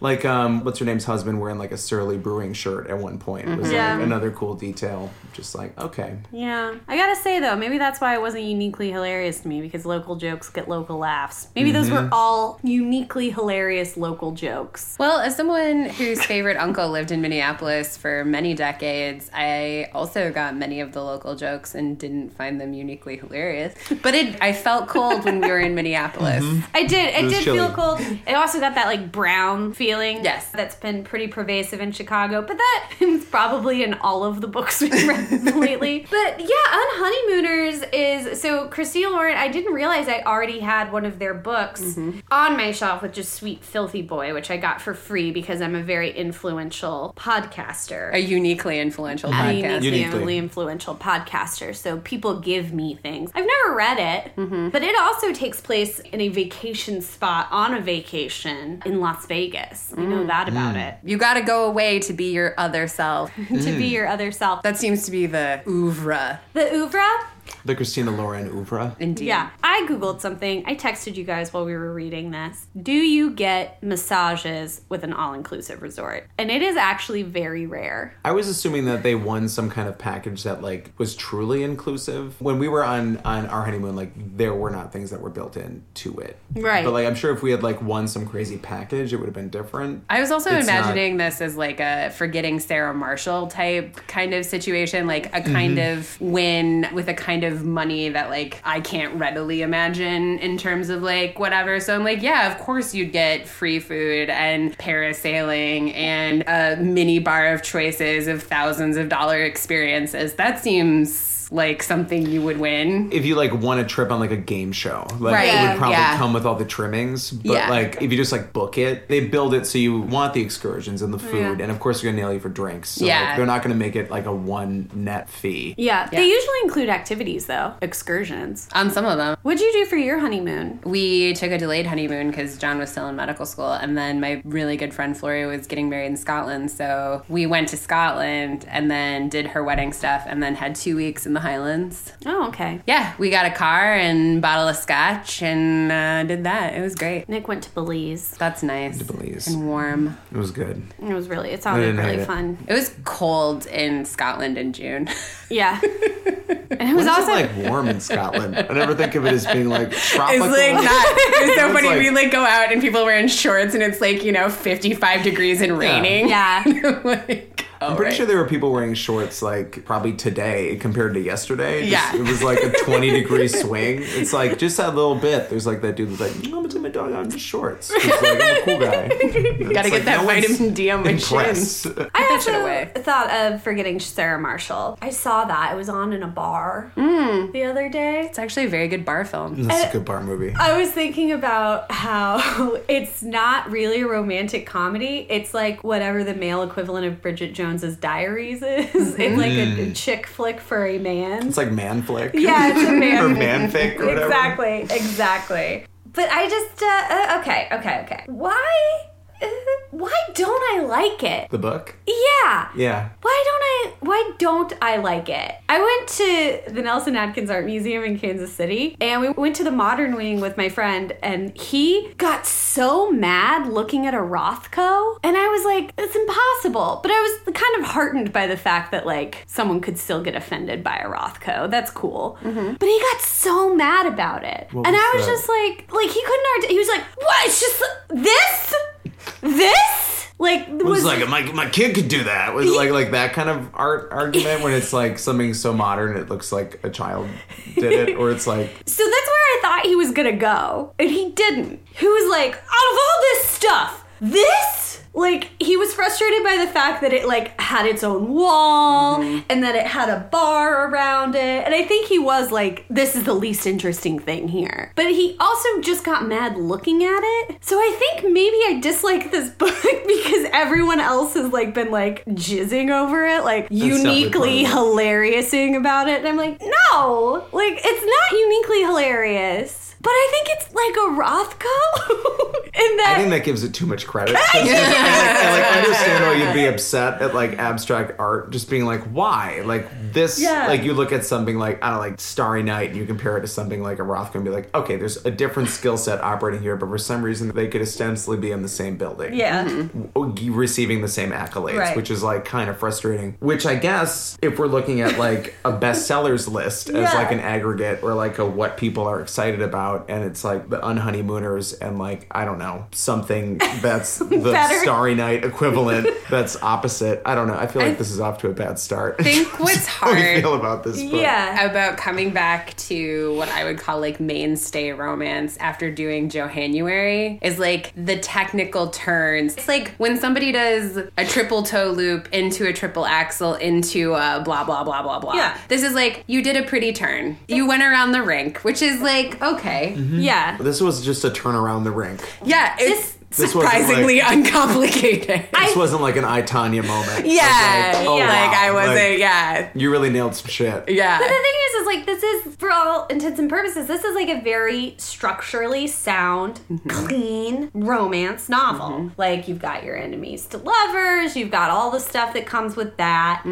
[SPEAKER 3] Like, um, what's her name's husband wearing like a surly brewing shirt at one point was
[SPEAKER 4] Mm-hmm. Yeah.
[SPEAKER 3] like another cool detail. Just like, okay,
[SPEAKER 4] Yeah. I gotta say though, maybe that's why it wasn't uniquely hilarious to me because local jokes get local laughs. Maybe those were all uniquely hilarious local jokes.
[SPEAKER 1] Well, as someone whose favorite uncle lived in Minneapolis for many decades, I also got many of the local jokes and didn't find them uniquely hilarious. But it, I felt cold when we were in Minneapolis.
[SPEAKER 4] I did. It,
[SPEAKER 3] was
[SPEAKER 4] did
[SPEAKER 3] chilly.
[SPEAKER 4] feel cold. It also got that like brown feeling.
[SPEAKER 1] Yes.
[SPEAKER 4] That's been pretty pervasive in Chicago, but that <laughs> is probably in all of the books we've read <laughs> lately. But yeah, on Honeymooners is so Christine Lauren, I didn't realize I already had one of their books on my shelf, which is Sweet Filthy Boy, which I got for free because I'm a very
[SPEAKER 2] very influential podcaster.
[SPEAKER 1] A uniquely influential
[SPEAKER 2] A
[SPEAKER 1] podcast.
[SPEAKER 2] uniquely,
[SPEAKER 3] Uniquely.
[SPEAKER 2] only influential podcaster. So people give me things. I've never read it,
[SPEAKER 1] Mm-hmm.
[SPEAKER 2] but it also takes place in a vacation spot on a vacation in Las Vegas. We
[SPEAKER 1] Mm.
[SPEAKER 2] know that about it. <laughs>
[SPEAKER 1] you got to go away to be your other self.
[SPEAKER 2] To be your other self.
[SPEAKER 1] that seems to be the oeuvre.
[SPEAKER 2] The oeuvre
[SPEAKER 3] The Christina Lauren Oeuvre.
[SPEAKER 1] Indeed.
[SPEAKER 2] Yeah. I Googled something. I texted you guys while we were reading this. Do you get massages with an all inclusive resort? And it is actually very rare.
[SPEAKER 3] I was assuming that they won some kind of package that like was truly inclusive. When we were on on our honeymoon, like there were not things that were built in to it.
[SPEAKER 2] Right.
[SPEAKER 3] But like I'm sure if we had like won some crazy package, it would have been different.
[SPEAKER 1] I was also
[SPEAKER 3] It's not-
[SPEAKER 1] imagining this as like a forgetting Sarah Marshall type kind of situation, like a kind
[SPEAKER 3] Mm-hmm.
[SPEAKER 1] of win with a kind of money that like I can't readily imagine in terms of like whatever. So I'm like, yeah, of course you'd get free food and parasailing and a mini bar of choices of thousands of dollar experiences. That seems like something you would win.
[SPEAKER 3] if you like won a trip on like a game show, like
[SPEAKER 1] Right.
[SPEAKER 3] it
[SPEAKER 1] Yeah,
[SPEAKER 3] would probably
[SPEAKER 1] yeah.
[SPEAKER 3] come with all the trimmings. But
[SPEAKER 1] Yeah.
[SPEAKER 3] like if you just like book it, they build it so you want the excursions and the food, and of course they're gonna nail you for drinks. So like,
[SPEAKER 1] Yeah.
[SPEAKER 3] they're not gonna make it like a one net fee.
[SPEAKER 2] Yeah.
[SPEAKER 1] Yeah.
[SPEAKER 2] They usually include activities, though, excursions.
[SPEAKER 1] On some of them,
[SPEAKER 2] What'd you do for your honeymoon?
[SPEAKER 1] we took a delayed honeymoon because John was still in medical school, and then my really good friend Flory was getting married in Scotland, so we went to Scotland and then did her wedding stuff, and then had two weeks in the Highlands.
[SPEAKER 2] Oh, okay.
[SPEAKER 1] Yeah, we got a car and bottle of scotch and uh, did that. It was great.
[SPEAKER 2] Nick went to Belize.
[SPEAKER 1] That's nice
[SPEAKER 3] Belize.
[SPEAKER 1] and warm.
[SPEAKER 3] It was good.
[SPEAKER 2] It was really, it
[SPEAKER 3] I
[SPEAKER 2] sounded
[SPEAKER 3] didn't hate
[SPEAKER 2] really
[SPEAKER 3] it.
[SPEAKER 2] fun.
[SPEAKER 1] It was cold in Scotland in June. <laughs>
[SPEAKER 3] <laughs>
[SPEAKER 2] Yeah. and it was
[SPEAKER 3] It's
[SPEAKER 2] also.
[SPEAKER 3] like warm in Scotland. I never think of it as being like
[SPEAKER 1] It's
[SPEAKER 3] tropical.
[SPEAKER 1] like not. It's
[SPEAKER 3] <laughs>
[SPEAKER 1] so
[SPEAKER 3] It's
[SPEAKER 1] funny.
[SPEAKER 3] like-
[SPEAKER 1] we like go out and people wear in shorts, and it's like you know fifty five degrees and raining.
[SPEAKER 2] <laughs>
[SPEAKER 3] <laughs>
[SPEAKER 2] yeah.
[SPEAKER 1] <laughs> like,
[SPEAKER 2] <laughs>
[SPEAKER 3] I'm pretty sure there were people wearing shorts like probably today compared to yesterday. Just-
[SPEAKER 1] Yeah.
[SPEAKER 3] it was
[SPEAKER 2] <laughs>
[SPEAKER 3] like a 20 degree swing. It's like just that little bit. There's like that dude that's like, I'm gonna take my dog out in shorts. He's like, I'm a
[SPEAKER 2] <laughs>
[SPEAKER 3] cool guy.
[SPEAKER 1] Gotta get that vitamin D on my chin.
[SPEAKER 3] impressed.
[SPEAKER 2] I
[SPEAKER 1] that shit
[SPEAKER 2] also
[SPEAKER 1] away.
[SPEAKER 2] thought of forgetting Sarah Marshall. I saw that. It was on in a bar
[SPEAKER 3] Mm.
[SPEAKER 2] the other day.
[SPEAKER 1] It's actually a very good bar
[SPEAKER 3] <laughs>
[SPEAKER 1] film.
[SPEAKER 3] That's a good bar movie.
[SPEAKER 2] I was thinking about how <laughs> it's not really a romantic comedy. It's like whatever the male equivalent of Bridget Jones's Diaries is. <laughs> It's like a, a
[SPEAKER 3] Mm.
[SPEAKER 2] chick flick for a man.
[SPEAKER 3] It's like man flick.
[SPEAKER 2] Yeah, it's a man.
[SPEAKER 3] <laughs> or manfic or whatever.
[SPEAKER 2] exactly, exactly. But I just uh, uh, okay, okay, okay. Why <laughs> uh, why don't I like it?
[SPEAKER 3] The book.
[SPEAKER 2] Yeah.
[SPEAKER 3] Yeah.
[SPEAKER 2] Why don't I? Why don't I like it? I went to the Nelson Atkins Art Museum in Kansas City, and we went to the Modern Wing with my friend, and he got so mad looking at a Rothko, and I was like, "It's impossible." But I was kind of heartened by the fact that like someone could still get offended by a Rothko. That's cool. But he got so mad about it, and
[SPEAKER 3] Mm-hmm. was
[SPEAKER 2] I was
[SPEAKER 3] that?
[SPEAKER 2] just like, like he couldn't. Art- he was like, "What? It's just this, this." Like
[SPEAKER 3] It was like my, my kid could do that. It was like like that kind of art argument when it's like something so modern it looks like a child did it, or it's like
[SPEAKER 2] So that's where I thought he was gonna go, and he didn't. He was like, out of all this stuff, this. Like he was frustrated by the fact that it like had its own wall
[SPEAKER 3] Mm-hmm.
[SPEAKER 2] and that it had a bar around it. And I think he was like this is the least interesting thing here. But he also just got mad looking at it. So I think maybe I dislike this <laughs> book because everyone else has like been like jizzing over it, like
[SPEAKER 3] definitely part of
[SPEAKER 2] uniquely
[SPEAKER 3] it.
[SPEAKER 2] hilarious thing about it. And I'm like, no, like it's not uniquely hilarious, but I think it's like a Rothko. <laughs> and that,
[SPEAKER 3] I think that gives it too
[SPEAKER 2] <laughs>
[SPEAKER 3] much credit. 'Cause- 'cause I, like, I, like, understand why you'd be upset at like abstract art, just being like, why? Like this,
[SPEAKER 2] Yeah.
[SPEAKER 3] like you look at something like I don't know, like Starry Night, and you compare it to something like a Rothko, and be like, okay, there's a different skill set operating here, but for some reason they could ostensibly be in the same building,
[SPEAKER 2] yeah,
[SPEAKER 3] Mm-hmm. w- receiving the same accolades,
[SPEAKER 2] Right.
[SPEAKER 3] which is like kind of frustrating. Which I guess if we're looking at like a bestsellers list as
[SPEAKER 2] Yeah.
[SPEAKER 3] like an aggregate or like a what people are excited about, and it's like the unhoneymooners and like I don't know something that's the
[SPEAKER 2] Better.
[SPEAKER 3] Starry Night equivalent that's opposite. I don't know. I feel like this is off to a bad start.
[SPEAKER 1] I think what's
[SPEAKER 3] <laughs> How we
[SPEAKER 1] hard
[SPEAKER 3] feel about this? Book.
[SPEAKER 2] yeah.
[SPEAKER 1] about coming back to what I would call like mainstay romance after doing Johannuary is like the technical turns. It's like when somebody does a triple toe loop into a triple axle into a blah blah blah blah blah.
[SPEAKER 2] Yeah.
[SPEAKER 1] This is like you did a pretty turn. You went around the rink, which is like okay.
[SPEAKER 2] yeah.
[SPEAKER 3] This was just a turn around the rink.
[SPEAKER 1] Yeah, it's
[SPEAKER 2] This
[SPEAKER 3] This wasn't like-
[SPEAKER 1] surprisingly <laughs> uncomplicated.
[SPEAKER 3] This wasn't like an I Tanya moment.
[SPEAKER 1] yeah,
[SPEAKER 3] It's like, oh,
[SPEAKER 1] yeah. like
[SPEAKER 3] wow.
[SPEAKER 1] I wasn't.
[SPEAKER 3] Like,
[SPEAKER 1] yeah,
[SPEAKER 3] You really nailed some shit.
[SPEAKER 2] But the
[SPEAKER 1] yeah.
[SPEAKER 2] thing is, is like this is for all intents and purposes, this is like a very structurally sound, clean romance novel. Like you've got your enemies to lovers, you've got all the stuff that comes with that.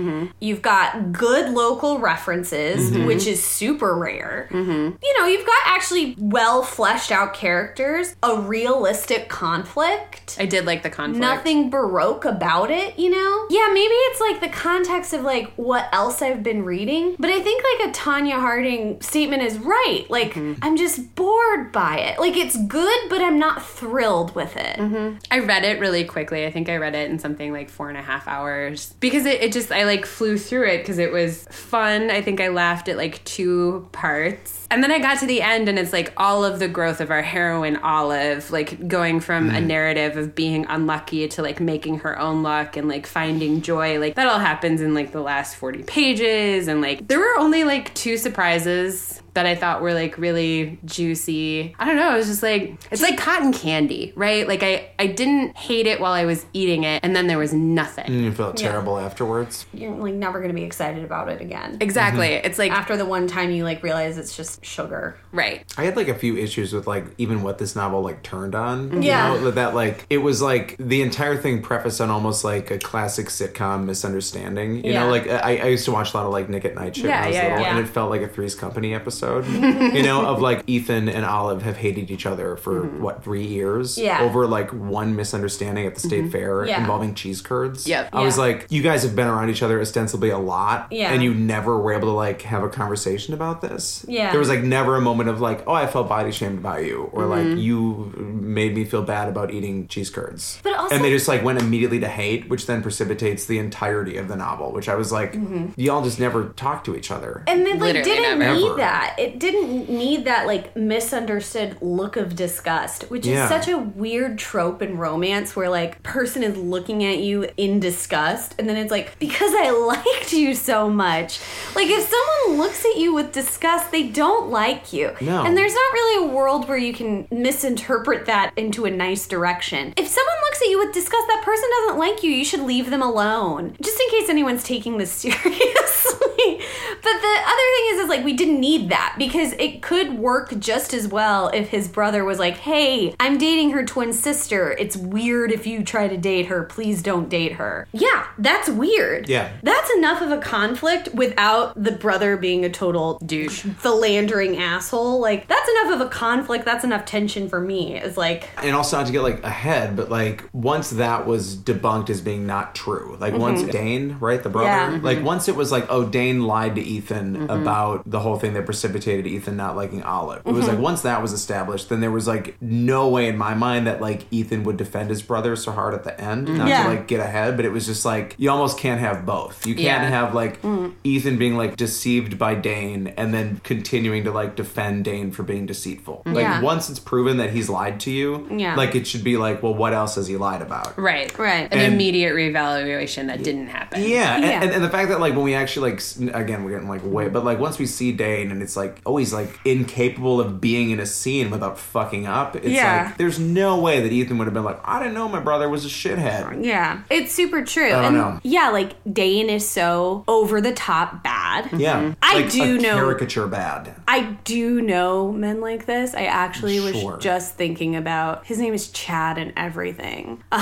[SPEAKER 2] You've got good local references, which is super rare. You know, you've got actually well fleshed out characters, a realistic conflict.
[SPEAKER 1] I did like the conflict.
[SPEAKER 2] Nothing baroque about it, you know? Yeah, maybe it's like the context of like what else I've been reading, but I think like a Tanya Harding statement is right. Like I'm just bored by it. Like it's good, but I'm not thrilled with it.
[SPEAKER 1] I read it really quickly. I think I read it in something like four and a half hours because it, it just, I like flew through it because it was fun. I think I laughed at like two parts. And then I got to the end and it's like all of the growth of our heroine, Olive, like going from a narrative of being unlucky to like making her own luck and like finding joy. Like that all happens in like the last 40 pages. And like there were only like two surprises that I thought were like really juicy. I don't know, it was just like it's like cotton candy, right? Like I I didn't hate it while I was eating it and then there was nothing.
[SPEAKER 3] You felt terrible afterwards.
[SPEAKER 2] You're like never gonna be excited about it again.
[SPEAKER 1] Exactly.
[SPEAKER 3] Mm-hmm.
[SPEAKER 1] It's like
[SPEAKER 2] After the one time you like realize it's just sugar.
[SPEAKER 1] right.
[SPEAKER 3] I had like a few issues with like even what this novel like turned on. you
[SPEAKER 2] Yeah.
[SPEAKER 3] know, that- that like it was like the entire thing prefaced on almost like a classic sitcom misunderstanding. You
[SPEAKER 2] Yeah.
[SPEAKER 3] know, like I, I used to watch a lot of like Nick at Night shit when
[SPEAKER 1] Yeah,
[SPEAKER 3] I was
[SPEAKER 1] yeah,
[SPEAKER 3] little,
[SPEAKER 1] yeah.
[SPEAKER 3] and it felt like a Three's
[SPEAKER 1] <laughs>
[SPEAKER 3] Company episode. you know, of like Ethan and Olive have hated each other for
[SPEAKER 1] Mm-hmm.
[SPEAKER 3] what three years
[SPEAKER 2] Yeah.
[SPEAKER 3] over like one misunderstanding at the state fair
[SPEAKER 2] Yeah.
[SPEAKER 3] involving cheese curds.
[SPEAKER 1] Mm-hmm. Yep.
[SPEAKER 3] I was
[SPEAKER 2] Yeah.
[SPEAKER 3] like, you guys have been around each other ostensibly a lot,
[SPEAKER 2] Yeah.
[SPEAKER 3] and you never were able to like have a conversation about this.
[SPEAKER 2] Yeah.
[SPEAKER 3] There was like never a moment of like, oh, I felt body shamed about you, or
[SPEAKER 2] Mm-hmm.
[SPEAKER 3] like you made me feel bad about eating cheese curds.
[SPEAKER 2] But also-
[SPEAKER 3] and they just like went immediately to hate, which then precipitates the entirety of the novel. Which I was like,
[SPEAKER 2] Mm-hmm.
[SPEAKER 3] y'all just never talk to each other.
[SPEAKER 2] And then like
[SPEAKER 1] Literally
[SPEAKER 2] didn't
[SPEAKER 3] never.
[SPEAKER 2] need
[SPEAKER 3] Ever.
[SPEAKER 2] that. It didn't need that like misunderstood look of disgust, which
[SPEAKER 3] Yeah.
[SPEAKER 2] is such a weird trope in romance where like person is looking at you in disgust and then it's like because I <laughs> liked you so much. Like if someone looks at you with disgust, they don't like you.
[SPEAKER 3] No.
[SPEAKER 2] And there's not really a world where you can misinterpret that into a nice direction. If someone looks at you with disgust, that person doesn't like you. You should leave them alone. Just in case anyone's taking this <laughs> seriously. but the other thing is is like we didn't need that because it could work just as well if his brother was like, "Hey, I'm dating her twin sister. It's weird if you try to date her. Please don't date her." Yeah, that's weird.
[SPEAKER 3] Yeah.
[SPEAKER 2] That's enough of a conflict without the brother being a total douche, philandering asshole. Like, that's enough of a conflict. That's enough tension for me. It's like,
[SPEAKER 3] and also not to get like ahead, but like once that was debunked as being not true, like once Dane, right, the brother,
[SPEAKER 2] Mm-hmm. Yeah. Mm-hmm.
[SPEAKER 3] like once it was like, oh, Dane lied to Ethan about the whole thing that precipitated Ethan not liking Olive. It was like
[SPEAKER 2] Mm-hmm.
[SPEAKER 3] once that was established, then there was like no way in my mind that like Ethan would defend his brother so hard at the end, not
[SPEAKER 2] Yeah.
[SPEAKER 3] to like get ahead, but it was just like you almost can't have both. You can't
[SPEAKER 1] Yeah.
[SPEAKER 3] have like Ethan being like deceived by Dane and then continuing to like defend Dane for being deceitful. Like
[SPEAKER 2] Yeah.
[SPEAKER 3] once it's proven that he's lied to you,
[SPEAKER 2] Yeah.
[SPEAKER 3] like it should be like, well, what else has he lied about?
[SPEAKER 1] Right.
[SPEAKER 2] Right.
[SPEAKER 1] An
[SPEAKER 3] And-
[SPEAKER 1] immediate reevaluation that didn't happen.
[SPEAKER 3] Yeah, and-
[SPEAKER 2] Yeah.
[SPEAKER 3] And, and the fact that like when we actually like s- again we're getting like way, but like once we see Dane and it's like oh he's like incapable of being in a scene without fucking up. It's
[SPEAKER 2] Yeah.
[SPEAKER 3] like there's no way that Ethan would have been like I didn't know my brother was a shithead.
[SPEAKER 2] yeah, it's super true.
[SPEAKER 3] don't
[SPEAKER 2] and
[SPEAKER 3] know.
[SPEAKER 2] yeah, like, Dane is so over the top bad.
[SPEAKER 3] Yeah,
[SPEAKER 2] I
[SPEAKER 3] Like,
[SPEAKER 2] do
[SPEAKER 3] a
[SPEAKER 2] know-
[SPEAKER 3] caricature bad.
[SPEAKER 2] I do know men like this. I actually was
[SPEAKER 3] Sure.
[SPEAKER 2] just thinking about his name is Chad and everything. <laughs>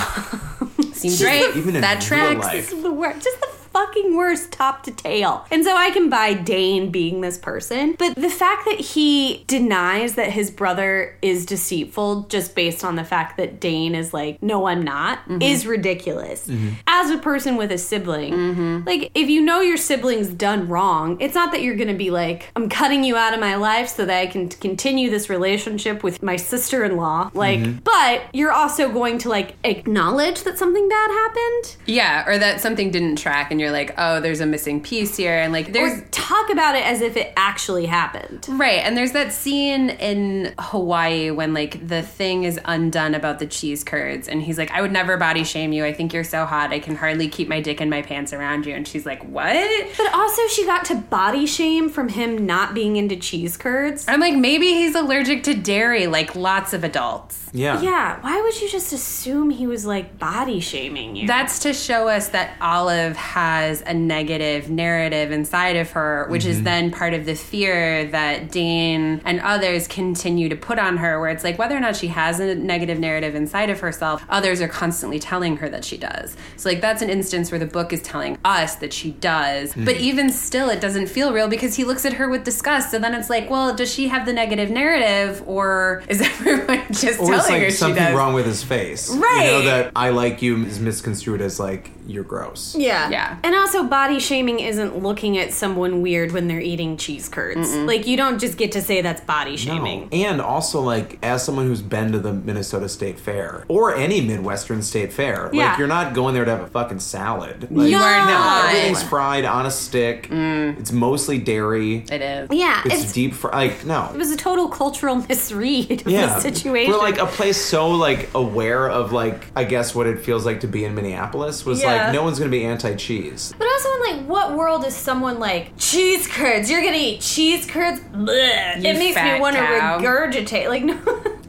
[SPEAKER 1] Seems right.
[SPEAKER 3] Even in
[SPEAKER 1] that
[SPEAKER 3] real
[SPEAKER 1] tracks.
[SPEAKER 3] life.
[SPEAKER 2] the worst, just the fucking worst, top to tail. And so I can buy Dane being this person, but the fact that he denies that his brother is deceitful just based on the fact that Dane is like, no, I'm not, is ridiculous. As a person with a sibling, like if you know your sibling's done wrong, it's not that you're gonna be like, I'm cutting you out of my life so that I can t- continue this relationship with my sister-in-law. Like, but you're also going to like acknowledge that something bad happened.
[SPEAKER 1] Yeah, or that something didn't track and you're you're like, oh, there's a missing piece here, and like there's
[SPEAKER 2] Or talk about it as if it actually happened.
[SPEAKER 1] Right, and there's that scene in Hawaii when like the thing is undone about the cheese curds, and he's like, "I would never body shame you. I think you're so hot. I can hardly keep my dick in my pants around you." And she's like, "What?"
[SPEAKER 2] But also, she got to body shame from him not being into cheese curds.
[SPEAKER 1] I'm like, maybe he's allergic to dairy, like lots of adults.
[SPEAKER 3] Yeah.
[SPEAKER 2] Yeah, why would you just assume he was like body shaming you?
[SPEAKER 1] That's to show us that Olive has a negative narrative inside of her, which
[SPEAKER 3] Mm-hmm.
[SPEAKER 1] is then part of the fear that Dane and others continue to put on her, where it's like whether or not she has a negative narrative inside of herself, others are constantly telling her that she does. So, like, that's an instance where the book is telling us that she does,
[SPEAKER 3] Mm.
[SPEAKER 1] but even still, it doesn't feel real because he looks at her with disgust. So then it's like, well, does she have the negative narrative, or is <laughs> everyone just
[SPEAKER 3] Or
[SPEAKER 1] telling
[SPEAKER 3] it's
[SPEAKER 1] her
[SPEAKER 3] like
[SPEAKER 1] she
[SPEAKER 3] something
[SPEAKER 1] does?
[SPEAKER 3] wrong with his face. You know
[SPEAKER 1] Right.
[SPEAKER 3] that I like you is misconstrued as like you're gross.
[SPEAKER 2] Yeah.
[SPEAKER 1] Yeah.
[SPEAKER 2] And also, body shaming isn't looking at someone weird when they're eating cheese curds. Like, you don't just get to say that's body shaming.
[SPEAKER 3] No. And also, like, as someone who's been to the Minnesota State Fair or any Midwestern State Fair,
[SPEAKER 2] Yeah.
[SPEAKER 3] like, you're not going there to have a fucking salad. Like,
[SPEAKER 2] You are not.
[SPEAKER 3] Everything's fried on a stick. It's mostly dairy.
[SPEAKER 1] It is.
[SPEAKER 2] Yeah,
[SPEAKER 3] It's,
[SPEAKER 2] it's,
[SPEAKER 3] deep fried. Like, no.
[SPEAKER 2] it was a total cultural misread of
[SPEAKER 3] yeah.
[SPEAKER 2] the situation.
[SPEAKER 3] We're like a place so like aware of like I guess what it feels like to be in Minneapolis was
[SPEAKER 4] Yeah.
[SPEAKER 3] like no one's gonna be anti cheese.
[SPEAKER 4] But also, in like, what world is someone like cheese curds? You're gonna eat cheese curds? Blech.
[SPEAKER 1] You
[SPEAKER 4] It makes me
[SPEAKER 1] fat
[SPEAKER 4] want to
[SPEAKER 1] cow.
[SPEAKER 4] regurgitate.
[SPEAKER 2] <laughs>
[SPEAKER 4] Like, no.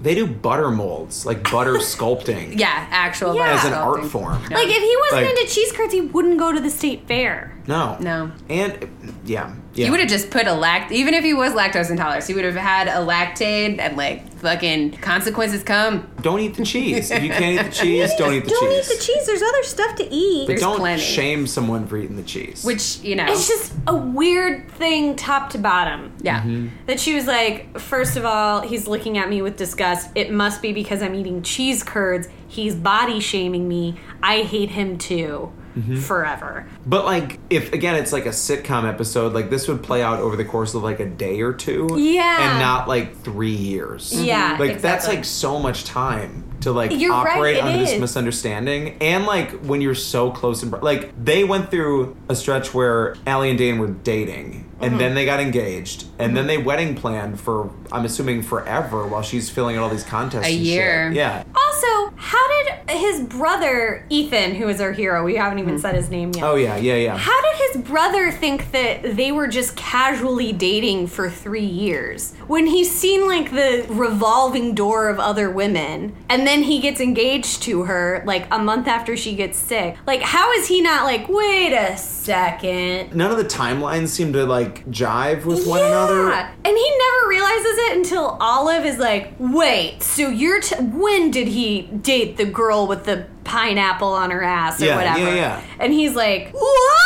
[SPEAKER 3] They do butter molds, like butter sculpting
[SPEAKER 1] Yeah, actual.
[SPEAKER 3] as an
[SPEAKER 1] live
[SPEAKER 3] art
[SPEAKER 1] sculpting.
[SPEAKER 3] form.
[SPEAKER 2] Like, if he wasn't
[SPEAKER 3] Like-
[SPEAKER 2] into cheese curds, he wouldn't go to the state fair.
[SPEAKER 3] No.
[SPEAKER 1] No.
[SPEAKER 3] And yeah. yeah.
[SPEAKER 1] He would have just put a lact. Even if he was lactose intolerant, he would have had a lactate and like fucking consequences come.
[SPEAKER 3] <laughs> Don't eat the cheese. If you can't eat the cheese, don't eat the
[SPEAKER 4] Don't
[SPEAKER 3] cheese.
[SPEAKER 4] eat the cheese. There's other stuff to eat.
[SPEAKER 3] But
[SPEAKER 1] There's
[SPEAKER 3] don't
[SPEAKER 1] plenty.
[SPEAKER 3] shame someone for eating the cheese.
[SPEAKER 1] Which you know,
[SPEAKER 2] It's just a weird thing, top to bottom.
[SPEAKER 1] yeah,
[SPEAKER 2] That she was like, first of all, he's looking at me with disgust. It must be because I'm eating cheese curds. He's body shaming me. I hate him too.
[SPEAKER 3] Mm-hmm.
[SPEAKER 2] Forever.
[SPEAKER 3] but like, if again, it's like a sitcom episode. Like this would play out over the course of like a day or two.
[SPEAKER 2] Yeah.
[SPEAKER 3] And not like three years.
[SPEAKER 2] Yeah,
[SPEAKER 3] Like that's
[SPEAKER 2] exactly.
[SPEAKER 3] like so much time to like
[SPEAKER 2] You're right,
[SPEAKER 3] operate
[SPEAKER 2] it
[SPEAKER 3] under
[SPEAKER 2] is.
[SPEAKER 3] this misunderstanding. And like when you're so close and bro- like they went through a stretch where Allie and Dane were dating.
[SPEAKER 2] Mm-hmm.
[SPEAKER 3] And then they got engaged, and then they wedding planned for, I'm assuming, forever while she's filling out all these
[SPEAKER 1] A
[SPEAKER 3] contests. and shit.
[SPEAKER 1] year.
[SPEAKER 3] Yeah.
[SPEAKER 2] Also, how did his brother Ethan, who is our hero, we haven't even said his name yet.
[SPEAKER 3] Oh yeah, yeah, yeah.
[SPEAKER 2] How did his brother think that they were just casually dating for three years when he's seen like the revolving door of other women and then he gets engaged to her like a month after she gets sick? Like, how is he not like, wait a second?
[SPEAKER 3] None of the timelines seem to like jive with one
[SPEAKER 2] yeah.
[SPEAKER 3] another.
[SPEAKER 2] ah," And he never realizes it until Olive is like, wait, so you're. T- when did he date the girl with the pineapple on her ass or
[SPEAKER 3] Yeah,
[SPEAKER 2] whatever?
[SPEAKER 3] yeah, yeah.
[SPEAKER 2] And he's like,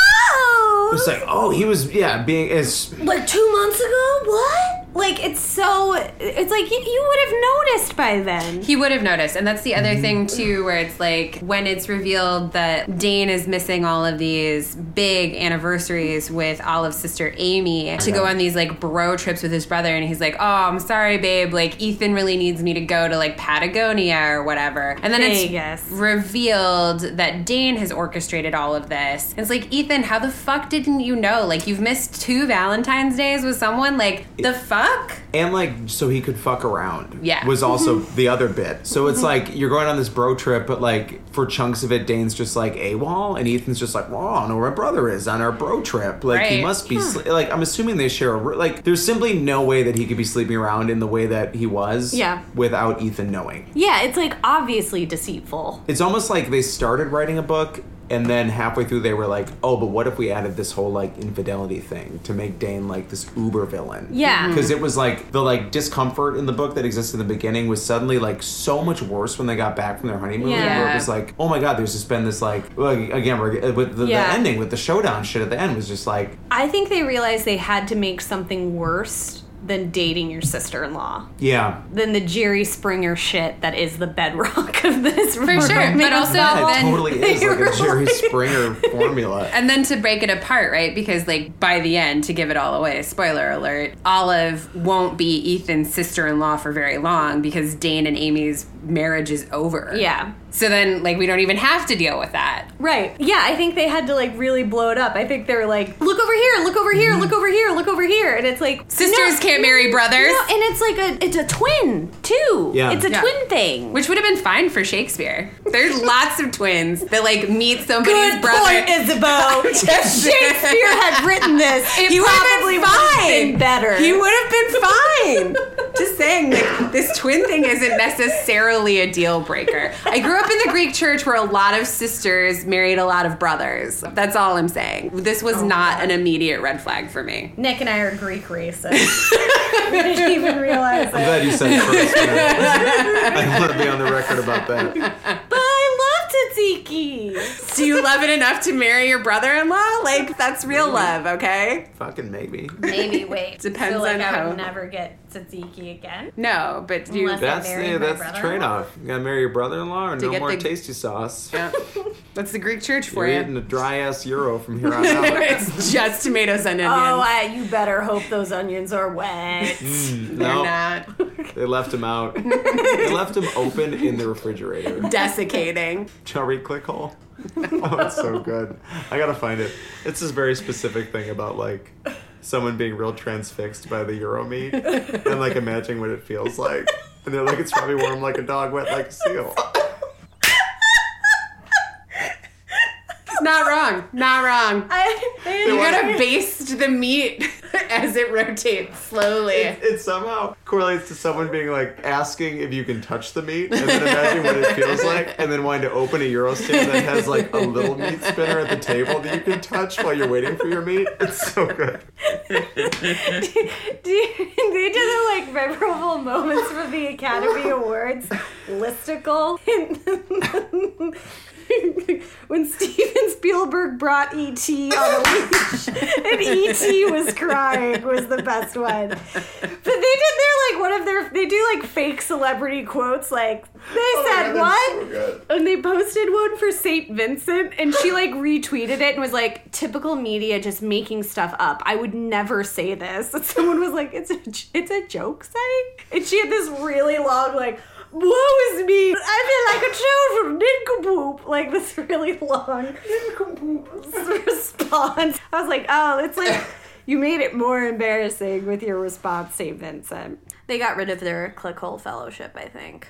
[SPEAKER 2] whoa!
[SPEAKER 3] It's like, oh, he was yeah, being as
[SPEAKER 2] like two months ago what like it's so it's like you, you would have noticed by then
[SPEAKER 1] he would have noticed. And that's the
[SPEAKER 3] Mm-hmm.
[SPEAKER 1] other thing too, where it's like when it's revealed that Dane is missing all of these big anniversaries with Olive's sister Amy to go on these like bro trips with his brother, and he's like, "Oh, I'm sorry, babe. Like Ethan really needs me to go to like Patagonia or whatever." And then it's
[SPEAKER 2] Vegas.
[SPEAKER 1] revealed that Dane has orchestrated all of this. It's like, Ethan, how the fuck didn't you know? Like, you've missed two Valentine's Days with someone? Like, the fuck?
[SPEAKER 3] and like so he could fuck around.
[SPEAKER 1] Yeah. <laughs>
[SPEAKER 3] Was also the other bit. So it's like you're going on this bro trip, but like for chunks of it, Dane's just like AWOL and Ethan's just like, well, I don't know where my brother is on our bro trip. Like he
[SPEAKER 1] Right.
[SPEAKER 3] must be sle- like I'm assuming they share a ro- like there's simply no way that he could be sleeping around in the way that he was
[SPEAKER 2] Yeah.
[SPEAKER 3] without Ethan knowing.
[SPEAKER 2] yeah it's like obviously deceitful
[SPEAKER 3] It's almost like they started writing a book and then halfway through they were like, "Oh, but what if we added this whole like infidelity thing to make Dane like this uber villain?"
[SPEAKER 2] Yeah.
[SPEAKER 3] Because it was like the like discomfort in the book that existed in the beginning was suddenly like so much worse when they got back from their honeymoon.
[SPEAKER 2] Yeah.
[SPEAKER 3] Where it was like, "Oh my god, there's just been this like like, again we're, uh, with the,
[SPEAKER 2] Yeah.
[SPEAKER 3] the ending with the showdown shit at the end was just like,
[SPEAKER 2] i think they realized they had to make something worse than dating your sister-in-law
[SPEAKER 3] yeah,
[SPEAKER 2] than the jerry springer shit that is the bedrock of this for
[SPEAKER 1] sure, but also
[SPEAKER 3] that
[SPEAKER 1] then-
[SPEAKER 3] totally is
[SPEAKER 2] Oh, <laughs> they
[SPEAKER 3] like a Jerry
[SPEAKER 2] really-
[SPEAKER 3] Springer formula."
[SPEAKER 2] <laughs>
[SPEAKER 1] And then to break it apart, right? Because, like, by the end, to give it all away, spoiler alert, Olive won't be Ethan's sister in law for very long because Dane and Amy's marriage is over.
[SPEAKER 4] <laughs> Yeah.
[SPEAKER 1] So then, like, we don't even have to deal with that.
[SPEAKER 4] Right. Yeah, I think they had to like really blow it up. I think they were like, look over here, look over here, look over here, look over here. And it's like
[SPEAKER 1] Sisters
[SPEAKER 4] no,
[SPEAKER 1] can't marry brothers,
[SPEAKER 4] No, and it's like a it's a twin too.
[SPEAKER 3] Yeah.
[SPEAKER 4] It's a
[SPEAKER 1] Yeah.
[SPEAKER 4] twin thing.
[SPEAKER 1] which would have been fine for Shakespeare. There's lots of twins that like meet somebody's
[SPEAKER 4] Good
[SPEAKER 1] brother.
[SPEAKER 4] point, Isabeau. if Shakespeare had written this,
[SPEAKER 1] It
[SPEAKER 4] he
[SPEAKER 1] would've been
[SPEAKER 4] probably would have been better.
[SPEAKER 1] He would
[SPEAKER 4] <laughs>
[SPEAKER 1] have been fine. Just saying, like, this twin thing isn't necessarily a deal breaker. I grew up in the Greek church where a lot of sisters married a lot of brothers. That's all I'm saying. This was
[SPEAKER 4] Oh,
[SPEAKER 1] not an immediate red flag for me.
[SPEAKER 2] Nick and I are Greek racist. we didn't even realize
[SPEAKER 3] I'm
[SPEAKER 2] it.
[SPEAKER 3] glad you said it
[SPEAKER 2] <laughs>
[SPEAKER 3] first. I want to be on the record about that.
[SPEAKER 4] But I love tzatziki.
[SPEAKER 1] Do you love it enough to marry your brother in law? Like, that's real love, okay?
[SPEAKER 3] Fucking maybe.
[SPEAKER 2] Maybe wait.
[SPEAKER 1] Depends
[SPEAKER 2] so, like,
[SPEAKER 1] on
[SPEAKER 2] I
[SPEAKER 1] how-
[SPEAKER 2] would never get tzatziki again.
[SPEAKER 1] No, but you.
[SPEAKER 2] Unless-
[SPEAKER 3] That's
[SPEAKER 2] marry
[SPEAKER 3] the
[SPEAKER 2] my
[SPEAKER 3] that's the trade
[SPEAKER 2] brother-in-law?
[SPEAKER 3] off. You gotta marry your brother in law or no
[SPEAKER 1] get
[SPEAKER 3] more
[SPEAKER 1] the-
[SPEAKER 3] tasty sauce.
[SPEAKER 1] Yeah. That's the Greek church for
[SPEAKER 3] You're
[SPEAKER 1] <laughs>
[SPEAKER 3] eating
[SPEAKER 1] you.
[SPEAKER 3] a dry ass euro
[SPEAKER 1] <laughs>
[SPEAKER 3] from here on out.
[SPEAKER 1] it's just tomatoes and onions.
[SPEAKER 4] Oh, I, you better hope those onions are wet.
[SPEAKER 1] They're
[SPEAKER 3] Mm, no,
[SPEAKER 1] not
[SPEAKER 3] they left him out. they left him open in the refrigerator.
[SPEAKER 1] desiccating.
[SPEAKER 3] Shall we
[SPEAKER 1] <laughs>
[SPEAKER 3] click hole? oh, it's so good. I gotta find it. It's this very specific thing about like someone being real transfixed by the euro meat and like imagining what it feels like. And they're like, it's probably warm like a dog, wet like a seal.
[SPEAKER 1] Not wrong. Not wrong.
[SPEAKER 4] I,
[SPEAKER 1] You
[SPEAKER 3] Why-
[SPEAKER 1] gotta baste the meat <laughs> as it rotates slowly.
[SPEAKER 3] It somehow correlates to someone being like asking if you can touch the meat and then imagine what it feels
[SPEAKER 4] <laughs>
[SPEAKER 3] like and then wanting to open a Euro stand that has like a little meat spinner at the table that you can touch while you're waiting for your meat. It's so good.
[SPEAKER 4] <laughs> do you- these are the like memorable moments from the Academy Awards listicle. <laughs> when Steven Spielberg brought ET on a leash and ET was crying was the best one. But they did their like one of their they do like fake celebrity quotes like they
[SPEAKER 3] Oh,
[SPEAKER 4] said what and they posted one for St. Vincent, and she like retweeted it and was like, "Typical media, just making stuff up. I would never say this." And someone was like, "It's a j- it's a joke saying," and she had this really long like, "Woe is me! I feel like a child from nincompoop." Like this really long <laughs> response. I was like, "Oh, it's like." You made it more embarrassing with your response, St. Vincent.
[SPEAKER 2] They got rid of their clickhole fellowship, I think.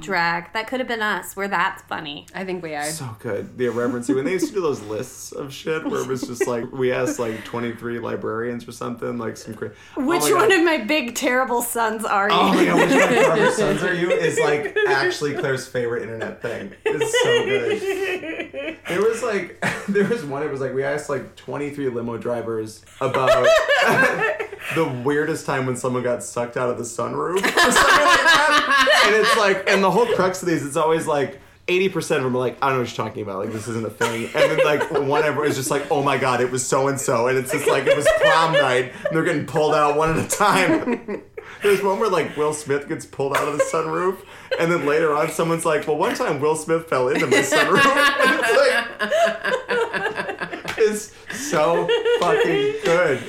[SPEAKER 2] Drag. That could have been us. We're that funny.
[SPEAKER 1] I think we are.
[SPEAKER 3] So good. The irreverency. When they used to do those lists of shit where it was just like, we asked like 23 librarians or something, like some Oh crazy.
[SPEAKER 4] Which
[SPEAKER 3] one
[SPEAKER 4] one of my big terrible sons are you?
[SPEAKER 3] Oh my god, which one of Farmer's Sons are you? Is like actually Claire's favorite internet thing. It's so good. There was like, <laughs> there was one. It was like we asked like twenty three limo drivers about the weirdest time when someone got sucked out of the sunroof or something like that. And it's like, and the whole crux of these, it's always like. 80% of them are like, I don't know what you're talking about. Like, this isn't a thing. And then, like, one ever is just like, oh my God, it was so and so. And it's just like, it was prom night, and they're getting pulled out one at a time. There's one where, like, Will Smith gets pulled out of the sunroof. And then later on, someone's like, well, one time Will Smith fell into my sunroof. <laughs> And it's like, it's so fucking good.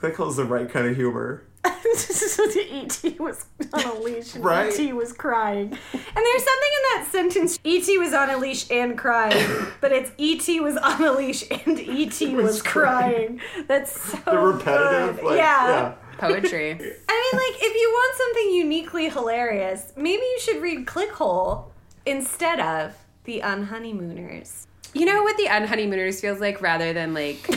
[SPEAKER 3] Pickle's the right kind of humor.
[SPEAKER 4] <laughs> ET E was on a leash and
[SPEAKER 3] Right.
[SPEAKER 4] ET was crying. And there's something in that sentence ET was on a leash and crying, but it's ET was on a leash and
[SPEAKER 3] <laughs>
[SPEAKER 4] ET was, crying. That's so
[SPEAKER 3] The repetitive,
[SPEAKER 4] Oh, good.
[SPEAKER 3] like,
[SPEAKER 4] yeah.
[SPEAKER 3] yeah.
[SPEAKER 1] Poetry.
[SPEAKER 4] I mean, like if you want something uniquely hilarious, maybe you should read Clickhole instead of The Unhoneymooners.
[SPEAKER 1] You know what the unhoneymooners feels like rather than like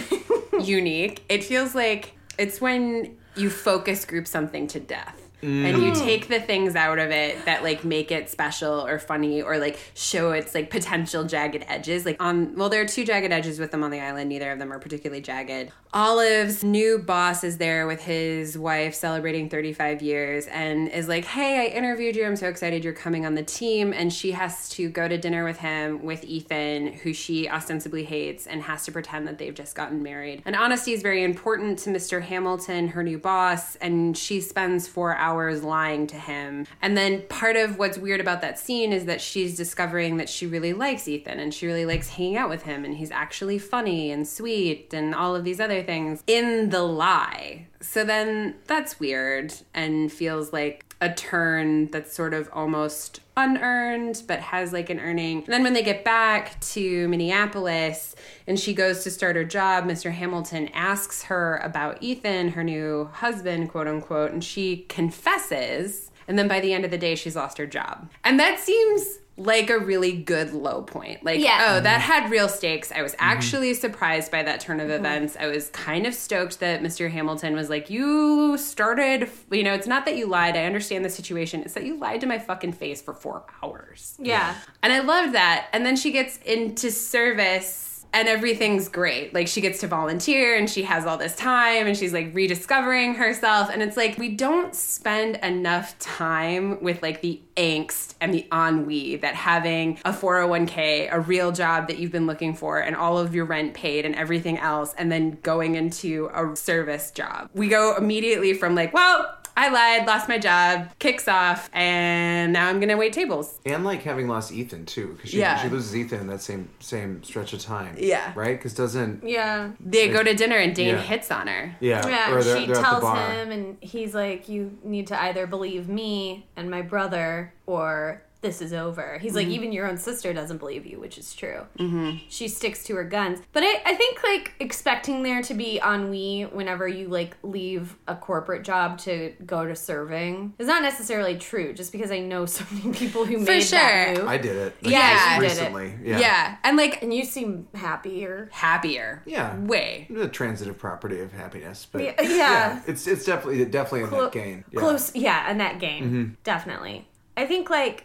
[SPEAKER 1] unique? It feels like it's when you focus group something to death. And you take the things out of it that like make it special or funny or like show its like potential jagged edges. Like on well, there are two jagged edges with them on the island. Neither of them are particularly jagged. Olive's new boss is there with his wife celebrating 35 years and is like, Hey, I interviewed you. I'm so excited you're coming on the team. And she has to go to dinner with him with Ethan, who she ostensibly hates, and has to pretend that they've just gotten married. And honesty is very important to Mr. Hamilton, her new boss, and she spends four hours lying to him. And then part of what's weird about that scene is that she's discovering that she really likes Ethan and she really likes hanging out with him, and he's actually funny and sweet and all of these other things in the lie. So then that's weird and feels like a turn that's sort of almost unearned but has like an earning. And then when they get back to Minneapolis and she goes to start her job, Mr. Hamilton asks her about Ethan, her new husband, quote unquote, and she confesses. And then by the end of the day, she's lost her job. And that seems like a really good low point. Like,
[SPEAKER 2] Yeah.
[SPEAKER 1] oh, that had real stakes. I was actually surprised by that turn of events. I was kind of stoked that Mr. Hamilton was like, You started, you know, it's not that you lied. I understand the situation. It's that you lied to my fucking face for four hours.
[SPEAKER 2] Yeah.
[SPEAKER 1] And I love that. And then she gets into service and everything's great. Like she gets to volunteer and she has all this time and she's like rediscovering herself. And it's like we don't spend enough time with like the angst and the ennui that having a 401k, a real job that you've been looking for, and all of your rent paid and everything else, and then going into a service job. We go immediately from like, well, I lied, lost my job, kicks off, and now I'm gonna wait tables.
[SPEAKER 3] And like having lost Ethan too, because she,
[SPEAKER 1] Yeah.
[SPEAKER 3] she loses Ethan in that same same stretch of time.
[SPEAKER 1] Yeah.
[SPEAKER 3] Right? Because doesn't
[SPEAKER 4] Yeah.
[SPEAKER 1] They go to dinner and Dane
[SPEAKER 3] Yeah.
[SPEAKER 1] hits on her.
[SPEAKER 3] yeah,
[SPEAKER 4] Yeah,
[SPEAKER 3] or they're,
[SPEAKER 4] she
[SPEAKER 3] they're at the
[SPEAKER 4] tells
[SPEAKER 3] bar.
[SPEAKER 4] him, and he's like, "You need to either believe me and my brother, or this is over." He's
[SPEAKER 3] Mm-hmm.
[SPEAKER 4] like, "Even your own sister doesn't believe you," which is true. Mm-hmm. She sticks to her guns, but I, I think like expecting there to be ennui whenever you like leave a corporate job to go to serving is not necessarily true. Just because I know <laughs> so many people who made that
[SPEAKER 1] sure.
[SPEAKER 4] move,
[SPEAKER 3] I did it. Like,
[SPEAKER 1] Yeah.
[SPEAKER 3] just
[SPEAKER 4] I did it.
[SPEAKER 3] recently.
[SPEAKER 1] Yeah.
[SPEAKER 3] Yeah.
[SPEAKER 1] And like
[SPEAKER 4] and you seem happier.
[SPEAKER 1] happier.
[SPEAKER 3] Yeah.
[SPEAKER 1] Way.
[SPEAKER 3] The transitive property of happiness, but
[SPEAKER 4] Yeah, yeah.
[SPEAKER 3] it's it's definitely definitely in
[SPEAKER 4] Clo-
[SPEAKER 3] that gain. Yeah. Mm-hmm.
[SPEAKER 4] Close, yeah, in that game, definitely. I think like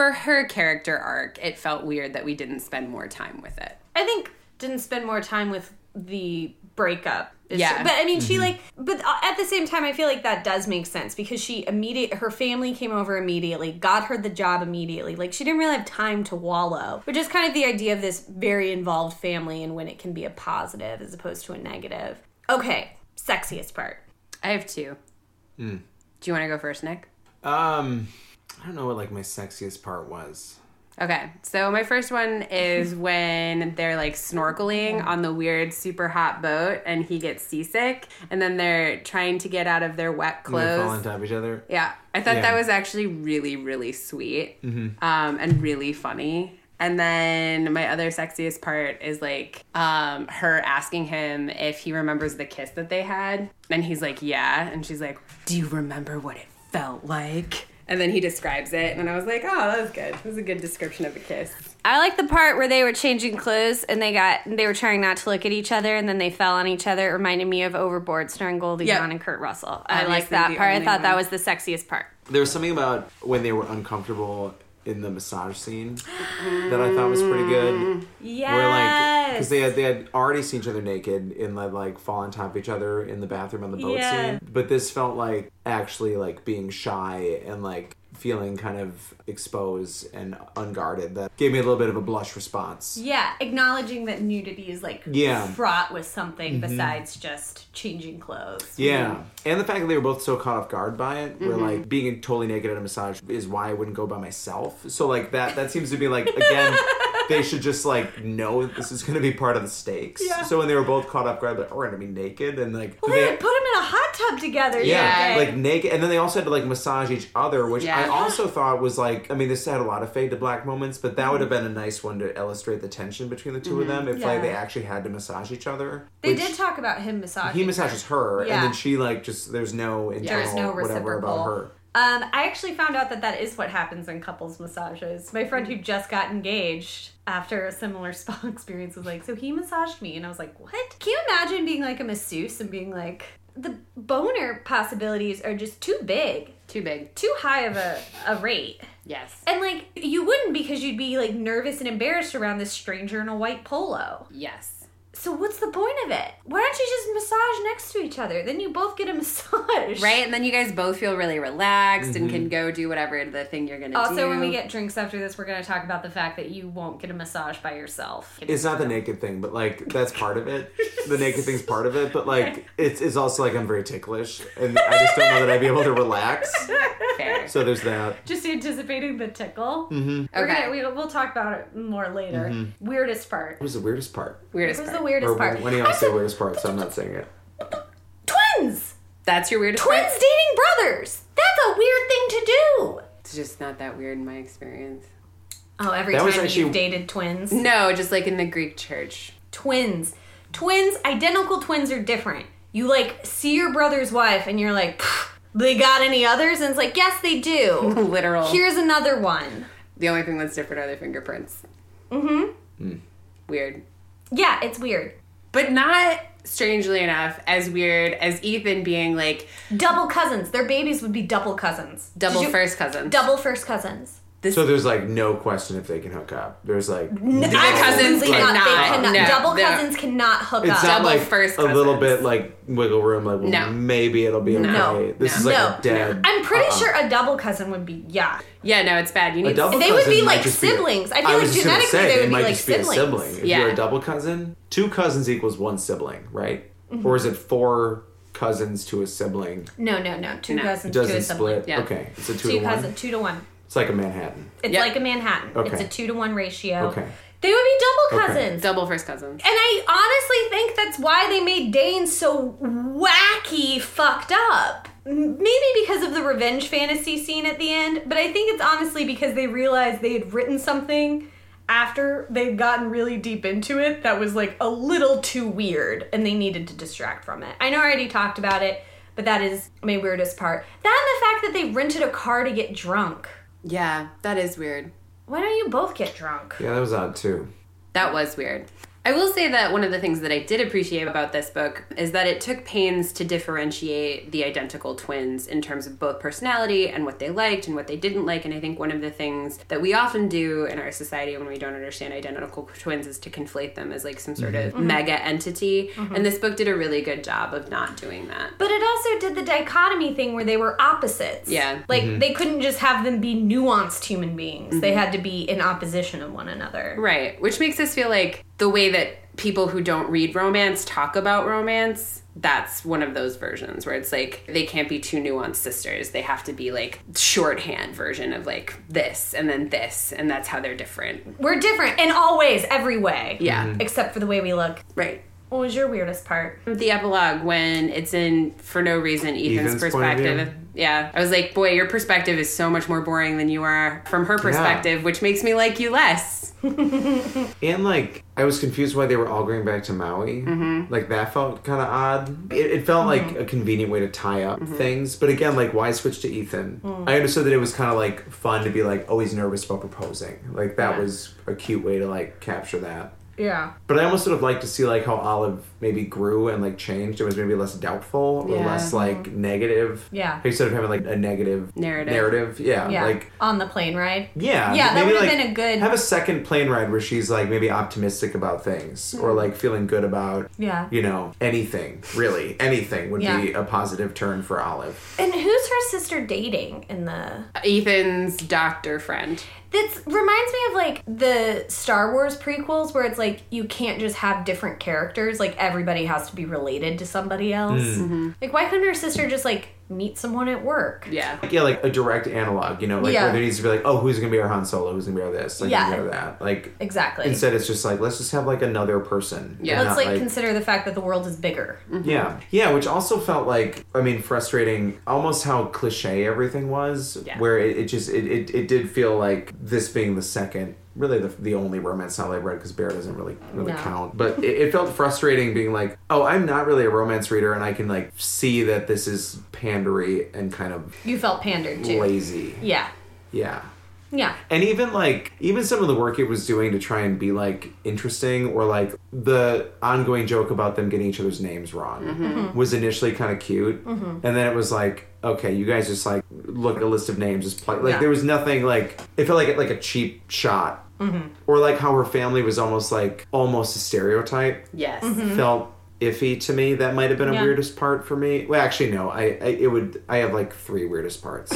[SPEAKER 1] For her character arc, it felt weird that we didn't spend more time with it.
[SPEAKER 4] I think didn't spend more time with the breakup. It's-
[SPEAKER 1] Yeah.
[SPEAKER 4] but I mean, she like, but uh, at the same time, I feel like that does make sense because she immediate her family came over immediately, got her the job immediately. Like she didn't really have time to wallow, which is kind of the idea of this very involved family and when it can be a positive as opposed to a negative. Okay, sexiest part.
[SPEAKER 1] I have two.
[SPEAKER 3] Hmm.
[SPEAKER 1] Do you want to go first, Nick?
[SPEAKER 3] Um, I don't know what like my sexiest part was.
[SPEAKER 1] Okay, so my first one
[SPEAKER 3] <laughs>
[SPEAKER 1] is when they're like snorkeling on the weird super hot boat and he gets seasick and then they're trying to get out of their wet
[SPEAKER 3] When They fall
[SPEAKER 1] clothes.
[SPEAKER 3] on top of each other.
[SPEAKER 1] Yeah, I thought
[SPEAKER 3] Yeah.
[SPEAKER 1] that was actually really, really sweet um, and really funny. And then my other sexiest part is like um, her asking him if he remembers the kiss that they had. And he's like, yeah. And she's like, do you remember what it felt like? And then he describes it. And I was like, oh, that was good. That was a good description of a kiss.
[SPEAKER 2] I like the part where they were changing clothes and they got they were trying not to look at each other and then they fell on each other. It reminded me of Overboard starring Goldie
[SPEAKER 1] Yep.
[SPEAKER 2] Hawn and Kurt Russell. I
[SPEAKER 1] Obviously
[SPEAKER 2] like that
[SPEAKER 1] the
[SPEAKER 2] part. I
[SPEAKER 1] only
[SPEAKER 2] thought that
[SPEAKER 1] one.
[SPEAKER 2] was the sexiest part.
[SPEAKER 3] There was something about when they were uncomfortable in the massage scene that I thought was pretty good.
[SPEAKER 4] Yeah.
[SPEAKER 3] Where like because they had they had already seen each other naked and like like fall on top of each other in the bathroom on the boat
[SPEAKER 4] Yeah.
[SPEAKER 3] scene. But this felt like actually like being shy and like feeling kind of exposed and unguarded. That gave me a little bit of a blush response.
[SPEAKER 4] Yeah, acknowledging that nudity is like
[SPEAKER 3] Yeah. Mm-hmm.
[SPEAKER 4] fraught with something
[SPEAKER 3] Mm.
[SPEAKER 4] besides just changing clothes.
[SPEAKER 3] Yeah. And the fact that they were both so caught off guard by it,
[SPEAKER 4] Mm-hmm.
[SPEAKER 3] where like being totally naked at a massage is why I wouldn't go by myself. So like that that seems to be like
[SPEAKER 4] <laughs>
[SPEAKER 3] again, they should just like know that this is gonna be part of the stakes. So when they were both caught off guard, like, oh, we're gonna be naked and like
[SPEAKER 4] Well, they had put them in a hot tub together.
[SPEAKER 3] yeah,
[SPEAKER 1] Yeah.
[SPEAKER 3] like naked, and then they also had to like massage each other, which I
[SPEAKER 1] Yeah.
[SPEAKER 3] also thought was like. I mean, this had a lot of fade to black moments, but that would have been a nice one to illustrate the tension between the 2 of them if like
[SPEAKER 4] Mm-hmm. Yeah.
[SPEAKER 3] they actually had to massage each other.
[SPEAKER 4] They
[SPEAKER 3] which-
[SPEAKER 4] did talk about him massaging.
[SPEAKER 3] he massages her,
[SPEAKER 4] Yeah.
[SPEAKER 3] and then she like just there's no internal
[SPEAKER 4] There's no
[SPEAKER 3] whatever
[SPEAKER 4] reciprocal.
[SPEAKER 3] about her.
[SPEAKER 4] Um, I actually found out that that is what happens in couples massages. My friend who just got engaged after a similar <laughs> spa experience was like, "So he massaged me," and I was like, "What?" Can you imagine being like a masseuse and being like, the boner possibilities are just too big,
[SPEAKER 1] Too big.
[SPEAKER 4] too high of a, a rate.
[SPEAKER 1] Yes.
[SPEAKER 4] And like you wouldn't because you'd be like nervous and embarrassed around this stranger in a white polo.
[SPEAKER 1] Yes.
[SPEAKER 4] So what's the point of it? Why don't you just massage next to each other? Then you both get a <laughs> massage.
[SPEAKER 1] Right? And then you guys both feel really relaxed and can go do whatever the thing you're going to do.
[SPEAKER 4] Also, when we get drinks after this, we're going to talk about the fact that you won't get a massage by yourself.
[SPEAKER 3] It's not the naked thing, but like that's part of it. the naked thing's part of it, but like it's it's also like I'm very ticklish, and I just don't know that I'd be able to relax.
[SPEAKER 1] Fair.
[SPEAKER 3] So there's that.
[SPEAKER 4] Just anticipating the tickle. We're
[SPEAKER 1] Okay.
[SPEAKER 4] gonna, we, we'll talk about it more later. Weirdest part.
[SPEAKER 3] What was the weirdest part?
[SPEAKER 1] Weirdest
[SPEAKER 4] What was
[SPEAKER 1] part.
[SPEAKER 4] the weirdest
[SPEAKER 3] or
[SPEAKER 4] part?
[SPEAKER 3] when do you say weirdest part? So I'm not saying it.
[SPEAKER 4] Twins!
[SPEAKER 1] That's your weirdest
[SPEAKER 4] Twins
[SPEAKER 1] part?
[SPEAKER 4] dating brothers. That's a weird thing to do.
[SPEAKER 1] It's just not that weird in my experience.
[SPEAKER 4] Oh, every
[SPEAKER 3] That was
[SPEAKER 4] time
[SPEAKER 3] actually-
[SPEAKER 4] you've dated twins.
[SPEAKER 3] <laughs>
[SPEAKER 1] No, just like in the Greek church.
[SPEAKER 4] Twins. Twins, identical twins are different. You like see your brother's wife and you're like, "Pff, they got any others? And it's like, yes,
[SPEAKER 3] <laughs>
[SPEAKER 4] they do.
[SPEAKER 1] Literal.
[SPEAKER 4] Here's another one.
[SPEAKER 1] the only thing that's different are their fingerprints. Mm-hmm.
[SPEAKER 3] Hmm.
[SPEAKER 1] Weird.
[SPEAKER 4] Yeah, it's weird.
[SPEAKER 1] But not strangely enough as weird as Ethan being like
[SPEAKER 4] Double cousins. Their babies would be double cousins.
[SPEAKER 1] double
[SPEAKER 4] Did you-
[SPEAKER 1] first cousin.
[SPEAKER 4] Double first cousins.
[SPEAKER 3] So there's like no question if they can hook up. There's like
[SPEAKER 1] My cousins
[SPEAKER 4] Absolutely
[SPEAKER 1] cannot.
[SPEAKER 4] They cannot.
[SPEAKER 1] No,
[SPEAKER 4] double
[SPEAKER 1] no.
[SPEAKER 4] cousins cannot hook
[SPEAKER 3] It's
[SPEAKER 4] up.
[SPEAKER 3] not
[SPEAKER 1] Double
[SPEAKER 3] like
[SPEAKER 1] first
[SPEAKER 3] a little
[SPEAKER 1] cousins.
[SPEAKER 3] bit like wiggle room. Like well,
[SPEAKER 1] No.
[SPEAKER 3] maybe it'll be okay.
[SPEAKER 4] No.
[SPEAKER 3] This is
[SPEAKER 1] No.
[SPEAKER 3] like
[SPEAKER 4] No.
[SPEAKER 3] a dead.
[SPEAKER 4] I'm pretty sure a double cousin would be yeah.
[SPEAKER 1] Yeah, no, it's bad. You
[SPEAKER 3] A
[SPEAKER 1] need
[SPEAKER 3] double
[SPEAKER 4] They would
[SPEAKER 3] cousin
[SPEAKER 4] be
[SPEAKER 3] might
[SPEAKER 4] like
[SPEAKER 3] just
[SPEAKER 4] siblings. I feel
[SPEAKER 3] I
[SPEAKER 4] like
[SPEAKER 3] was just gonna
[SPEAKER 4] genetically
[SPEAKER 3] say,
[SPEAKER 4] they would
[SPEAKER 3] it
[SPEAKER 4] be
[SPEAKER 3] might
[SPEAKER 4] like
[SPEAKER 3] just be a
[SPEAKER 4] siblings.
[SPEAKER 3] sibling. If
[SPEAKER 1] Yeah.
[SPEAKER 3] you're a double cousin, two cousins equals one sibling, right?
[SPEAKER 4] Mm-hmm.
[SPEAKER 3] Or is it four cousins to a sibling?
[SPEAKER 4] No, no, no. Two
[SPEAKER 1] No.
[SPEAKER 4] cousins
[SPEAKER 3] It
[SPEAKER 4] to
[SPEAKER 3] doesn't
[SPEAKER 4] a sibling.
[SPEAKER 3] split.
[SPEAKER 1] Yeah.
[SPEAKER 3] Okay, it's a two,
[SPEAKER 4] Two
[SPEAKER 3] to
[SPEAKER 4] cousin,
[SPEAKER 3] one.
[SPEAKER 4] two to one.
[SPEAKER 3] It's like a Manhattan.
[SPEAKER 4] It's
[SPEAKER 1] Yep.
[SPEAKER 4] like a Manhattan. It's
[SPEAKER 3] Okay.
[SPEAKER 4] a two to one ratio.
[SPEAKER 3] Okay.
[SPEAKER 4] They would be double
[SPEAKER 3] Okay.
[SPEAKER 4] cousins.
[SPEAKER 1] double first cousins.
[SPEAKER 4] And I honestly think that's why they made Dane so wacky fucked up. M- Maybe because of the revenge fantasy scene at the end, but I think it's honestly because they realized they had written something after they'd gotten really deep into it that was like a little too weird and they needed to distract from it. I know I already talked about it, but that is my weirdest part. That and the fact that they rented a car to get drunk.
[SPEAKER 1] Yeah, that is weird.
[SPEAKER 4] Why don't you both get drunk?
[SPEAKER 3] Yeah, that was odd too.
[SPEAKER 1] That was weird. I will say that one of the things that I did appreciate about this book is that it took pains to differentiate the identical twins in terms of both personality and what they liked and what they didn't like. And I think one of the things that we often do in our society when we don't understand identical twins is to conflate them as like some sort of mega entity. And this book did a really good job of not doing that.
[SPEAKER 4] But it also did the dichotomy thing where they were opposites.
[SPEAKER 1] Yeah.
[SPEAKER 4] Like they couldn't just have them be nuanced human beings. They
[SPEAKER 1] Mm-hmm.
[SPEAKER 4] had to be in opposition of one another.
[SPEAKER 1] Right, which makes us feel like the way that people who don't read romance talk about romance, that's one of those versions where it's like they can't be two nuanced sisters. They have to be like shorthand version of like this and then this, and that's how they're different.
[SPEAKER 4] We're different in all ways, every way.
[SPEAKER 1] Yeah.
[SPEAKER 4] Except for the way we look.
[SPEAKER 1] Right.
[SPEAKER 4] What was your weirdest part?
[SPEAKER 1] The epilogue, when it's in for no reason Ethan's,
[SPEAKER 3] Ethan's point of view?
[SPEAKER 1] perspective. Yeah. I was like, boy, your perspective is so much more boring than you are from her perspective, which makes me like you less.
[SPEAKER 3] And like, I was confused why they were all going back to Maui. Like that felt kind of odd. It, it felt like a convenient way to tie up things. But again, like, why switch to Ethan? I understood that it was kind of like fun to be like, oh, he's nervous about proposing. Like that was a cute way to like capture that.
[SPEAKER 4] Yeah.
[SPEAKER 3] But I almost would have liked to see like how Olive maybe grew and like changed. It was maybe less doubtful or
[SPEAKER 1] Yeah.
[SPEAKER 3] less like negative.
[SPEAKER 4] Yeah.
[SPEAKER 3] Instead of having like a negative
[SPEAKER 1] Narrative.
[SPEAKER 3] Narrative. Yeah.
[SPEAKER 4] Yeah.
[SPEAKER 3] Like
[SPEAKER 4] on the plane ride.
[SPEAKER 3] yeah.
[SPEAKER 4] Yeah,
[SPEAKER 3] maybe,
[SPEAKER 4] that would've
[SPEAKER 3] like,
[SPEAKER 4] been a good-
[SPEAKER 3] have a second plane ride where she's like maybe optimistic about things or like feeling good about
[SPEAKER 4] Hmm. Yeah.
[SPEAKER 3] you know anything really anything would be
[SPEAKER 4] Yeah.
[SPEAKER 3] a positive turn for Olive.
[SPEAKER 4] And who's her sister dating in the
[SPEAKER 1] Ethan's doctor friend.
[SPEAKER 4] This reminds me of like the Star Wars prequels where it's like you can't just have different characters, like everybody has to be related to somebody else.
[SPEAKER 1] Mm-hmm.
[SPEAKER 4] Like why couldn't her sister just like meet someone at work?
[SPEAKER 1] Yeah.
[SPEAKER 3] Yeah, like a direct analog. You know, like
[SPEAKER 4] Yeah.
[SPEAKER 3] where there needs to be like, oh, who's gonna be our Han Solo? Who's gonna be our this? Like, who's
[SPEAKER 4] Yeah.
[SPEAKER 3] gonna be our that? Like.
[SPEAKER 4] Exactly.
[SPEAKER 3] Instead, it's just like let's just have like another person.
[SPEAKER 1] Yeah.
[SPEAKER 3] and
[SPEAKER 4] Let's
[SPEAKER 3] not,
[SPEAKER 4] like, consider the fact that the world is bigger.
[SPEAKER 3] Yeah. Yeah, which also felt like, I mean, frustrating, almost how cliche everything was,
[SPEAKER 1] Yeah.
[SPEAKER 3] where it, it just, it, it, it did feel like this being the second, really the, the only romance novel I read, because Bear doesn't really really
[SPEAKER 4] No.
[SPEAKER 3] count. But it, it felt frustrating being like, oh, I'm not really a romance reader, and I can, like, see that this is pandery and kind of
[SPEAKER 4] You felt pandered to.
[SPEAKER 3] lazy.
[SPEAKER 4] Yeah.
[SPEAKER 3] Yeah.
[SPEAKER 4] Yeah.
[SPEAKER 3] And even like even some of the work it was doing to try and be like interesting or like the ongoing joke about them getting each other's names wrong
[SPEAKER 4] Mm-hmm.
[SPEAKER 3] was initially kind of cute. And then it was like, okay, you guys just like look at a list of names, just play like
[SPEAKER 4] Yeah.
[SPEAKER 3] there was nothing like it felt like it like a cheap shot.
[SPEAKER 4] Mm-hmm.
[SPEAKER 3] Or like how her family was almost like almost a stereotype
[SPEAKER 1] Yes.
[SPEAKER 3] felt iffy to me. That might have been a
[SPEAKER 4] Mm-hmm. Yeah.
[SPEAKER 3] weirdest part for me. Well, actually, no. I, I it would I have like three weirdest
[SPEAKER 4] <laughs>
[SPEAKER 3] parts,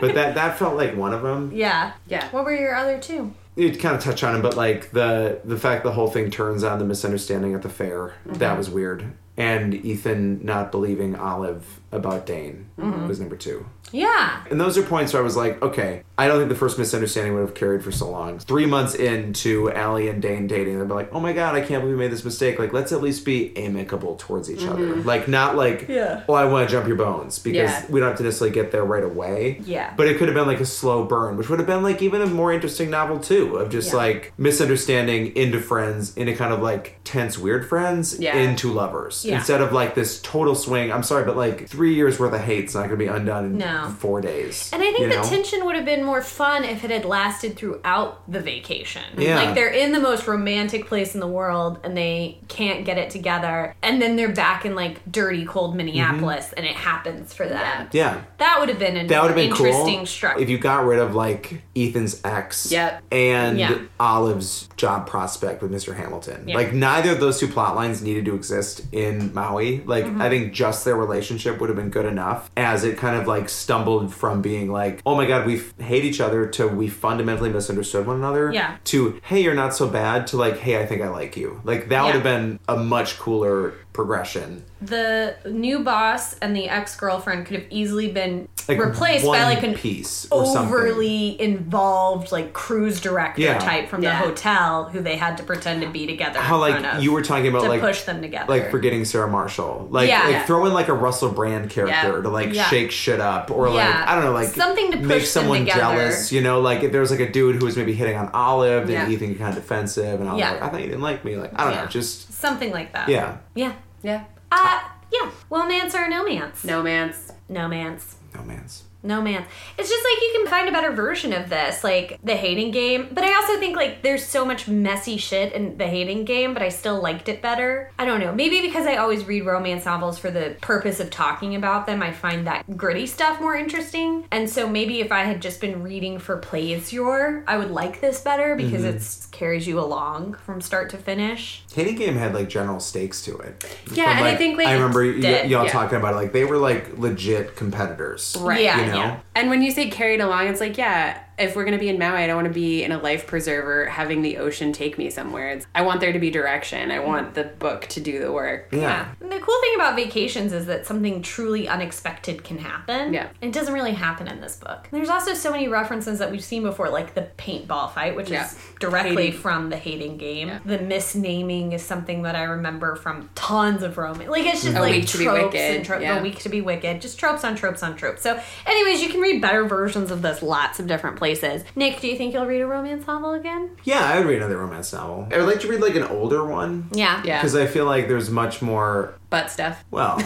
[SPEAKER 3] but that that felt like one of them.
[SPEAKER 4] Yeah.
[SPEAKER 1] Yeah.
[SPEAKER 4] What were your other two?
[SPEAKER 3] It kind of touched on him, but like the the fact the whole thing turns on the misunderstanding at the fair that was weird, and Ethan not believing Olive about Dane was number two.
[SPEAKER 4] Yeah.
[SPEAKER 3] And those are points where I was like, okay, I don't think the first misunderstanding would have carried for so long. Three months into Allie and Dane dating, they'd be like, oh my god, I can't believe we made this mistake. Like, let's at least be amicable towards each other.
[SPEAKER 4] Mm-hmm.
[SPEAKER 3] Like, not like,
[SPEAKER 4] Yeah.
[SPEAKER 3] oh, I want to jump your bones because
[SPEAKER 1] Yeah.
[SPEAKER 3] we don't have to necessarily get there right away.
[SPEAKER 4] Yeah.
[SPEAKER 3] But it could have been like a slow burn, which would have been like even a more interesting novel too, of just
[SPEAKER 4] Yeah.
[SPEAKER 3] like misunderstanding into friends, into kind of like tense, weird friends,
[SPEAKER 1] Yeah.
[SPEAKER 3] into lovers.
[SPEAKER 1] Yeah.
[SPEAKER 3] Instead of like this total swing, I'm sorry, but like three years worth of hate's not going to be undone in
[SPEAKER 4] No.
[SPEAKER 3] four days.
[SPEAKER 4] And I think
[SPEAKER 3] you
[SPEAKER 4] the
[SPEAKER 3] know?
[SPEAKER 4] tension would have been more fun if it had lasted throughout the vacation.
[SPEAKER 3] Yeah.
[SPEAKER 4] Like they're in the most romantic place in the world and they can't get it together. And then they're back in like dirty, cold Minneapolis and it happens for them.
[SPEAKER 3] Mm-hmm. Yeah.
[SPEAKER 4] That would have been an
[SPEAKER 3] That would have been
[SPEAKER 4] interesting
[SPEAKER 3] cool
[SPEAKER 4] structure.
[SPEAKER 3] if you got rid of like Ethan's ex
[SPEAKER 1] Yep.
[SPEAKER 3] and
[SPEAKER 4] Yeah.
[SPEAKER 3] Olive's job prospect with Mr. Hamilton. Like neither of those two plot lines needed to exist in Maui. Like
[SPEAKER 4] Mm-hmm.
[SPEAKER 3] I think just their relationship would have been good enough as it kind of like stumbled from being like, "Oh my god, we f- hate each other" to we fundamentally misunderstood one another
[SPEAKER 4] Yeah.
[SPEAKER 3] to "Hey, you're not so bad" to like "Hey, I think I like you." Like that would have been a much cooler progression.
[SPEAKER 4] the new boss and the ex girlfriend could have easily been
[SPEAKER 3] Like
[SPEAKER 4] replaced
[SPEAKER 3] one
[SPEAKER 4] by like an
[SPEAKER 3] piece or something.
[SPEAKER 4] overly involved like cruise director
[SPEAKER 3] Yeah.
[SPEAKER 4] type from
[SPEAKER 1] Yeah.
[SPEAKER 4] the hotel who they had to pretend to be together.
[SPEAKER 3] how
[SPEAKER 4] in front
[SPEAKER 3] like
[SPEAKER 4] of
[SPEAKER 3] you were talking about
[SPEAKER 4] to
[SPEAKER 3] like
[SPEAKER 4] push them together.
[SPEAKER 3] like forgetting Sarah Marshall, like
[SPEAKER 4] Yeah.
[SPEAKER 3] like throw in like a Russell Brand character
[SPEAKER 1] Yeah.
[SPEAKER 3] to like
[SPEAKER 4] Yeah.
[SPEAKER 3] shake shit up or like
[SPEAKER 4] Yeah.
[SPEAKER 3] I don't know like
[SPEAKER 4] Something to
[SPEAKER 3] make
[SPEAKER 4] push them
[SPEAKER 3] someone
[SPEAKER 4] together.
[SPEAKER 3] jealous, you know? Like if there was like a dude who was maybe hitting on Olive
[SPEAKER 1] Yeah.
[SPEAKER 3] and Ethan kind of defensive, and I was
[SPEAKER 4] Yeah.
[SPEAKER 3] like, I thought you didn't like me, like I don't
[SPEAKER 4] Yeah.
[SPEAKER 3] know, just
[SPEAKER 4] something like that.
[SPEAKER 3] yeah,
[SPEAKER 4] Yeah.
[SPEAKER 1] Yeah.
[SPEAKER 4] Uh yeah. Womance or no mance?
[SPEAKER 1] No man's.
[SPEAKER 4] No mance.
[SPEAKER 3] no man's
[SPEAKER 4] No man. It's just like you can find a better version of this, like the hating game. But I also think like there's so much messy shit in the hating game, but I still liked it better. I don't know. Maybe because I always read romance novels for the purpose of talking about them, I find that gritty stuff more interesting. And so maybe if I had just been reading for plays your, I would like this better because it's it carries you along from start to finish.
[SPEAKER 3] Hating Game had like general stakes to it.
[SPEAKER 1] Yeah,
[SPEAKER 3] From,
[SPEAKER 1] and I think, like,
[SPEAKER 3] I remember y-
[SPEAKER 4] did,
[SPEAKER 3] y'all
[SPEAKER 1] yeah.
[SPEAKER 3] talking about it, like they were like legit competitors,
[SPEAKER 1] Right.
[SPEAKER 4] Yeah.
[SPEAKER 3] You know,
[SPEAKER 4] yeah.
[SPEAKER 1] And when you say carried along, it's like, yeah, if we're going to be in Maui, I don't want to be in a life preserver having the ocean take me somewhere. It's, I want there to be direction. I want the book to do the work.
[SPEAKER 3] yeah.
[SPEAKER 4] And the cool thing about vacations is that something truly unexpected can happen.
[SPEAKER 1] Yeah.
[SPEAKER 4] And it doesn't really happen in this book. There's also so many references that we've seen before, like the paintball fight, which
[SPEAKER 1] Yeah.
[SPEAKER 4] is directly
[SPEAKER 1] Hating.
[SPEAKER 4] from the hating game. The misnaming is something that I remember from tons of romance. Like it's just
[SPEAKER 1] A
[SPEAKER 4] like
[SPEAKER 1] week
[SPEAKER 4] tropes
[SPEAKER 1] to be wicked,
[SPEAKER 4] and tropes.
[SPEAKER 1] yeah.
[SPEAKER 4] A week to be wicked. Just tropes on tropes on tropes. So, anyways, you can read better versions of this lots of different places. Nick, do you think you'll read a romance novel again?
[SPEAKER 3] Yeah, I would read another romance novel. I would like to read like an older one.
[SPEAKER 4] Yeah.
[SPEAKER 1] Yeah.
[SPEAKER 3] Because I feel like there's much more
[SPEAKER 1] Butt stuff.
[SPEAKER 3] <laughs> Well,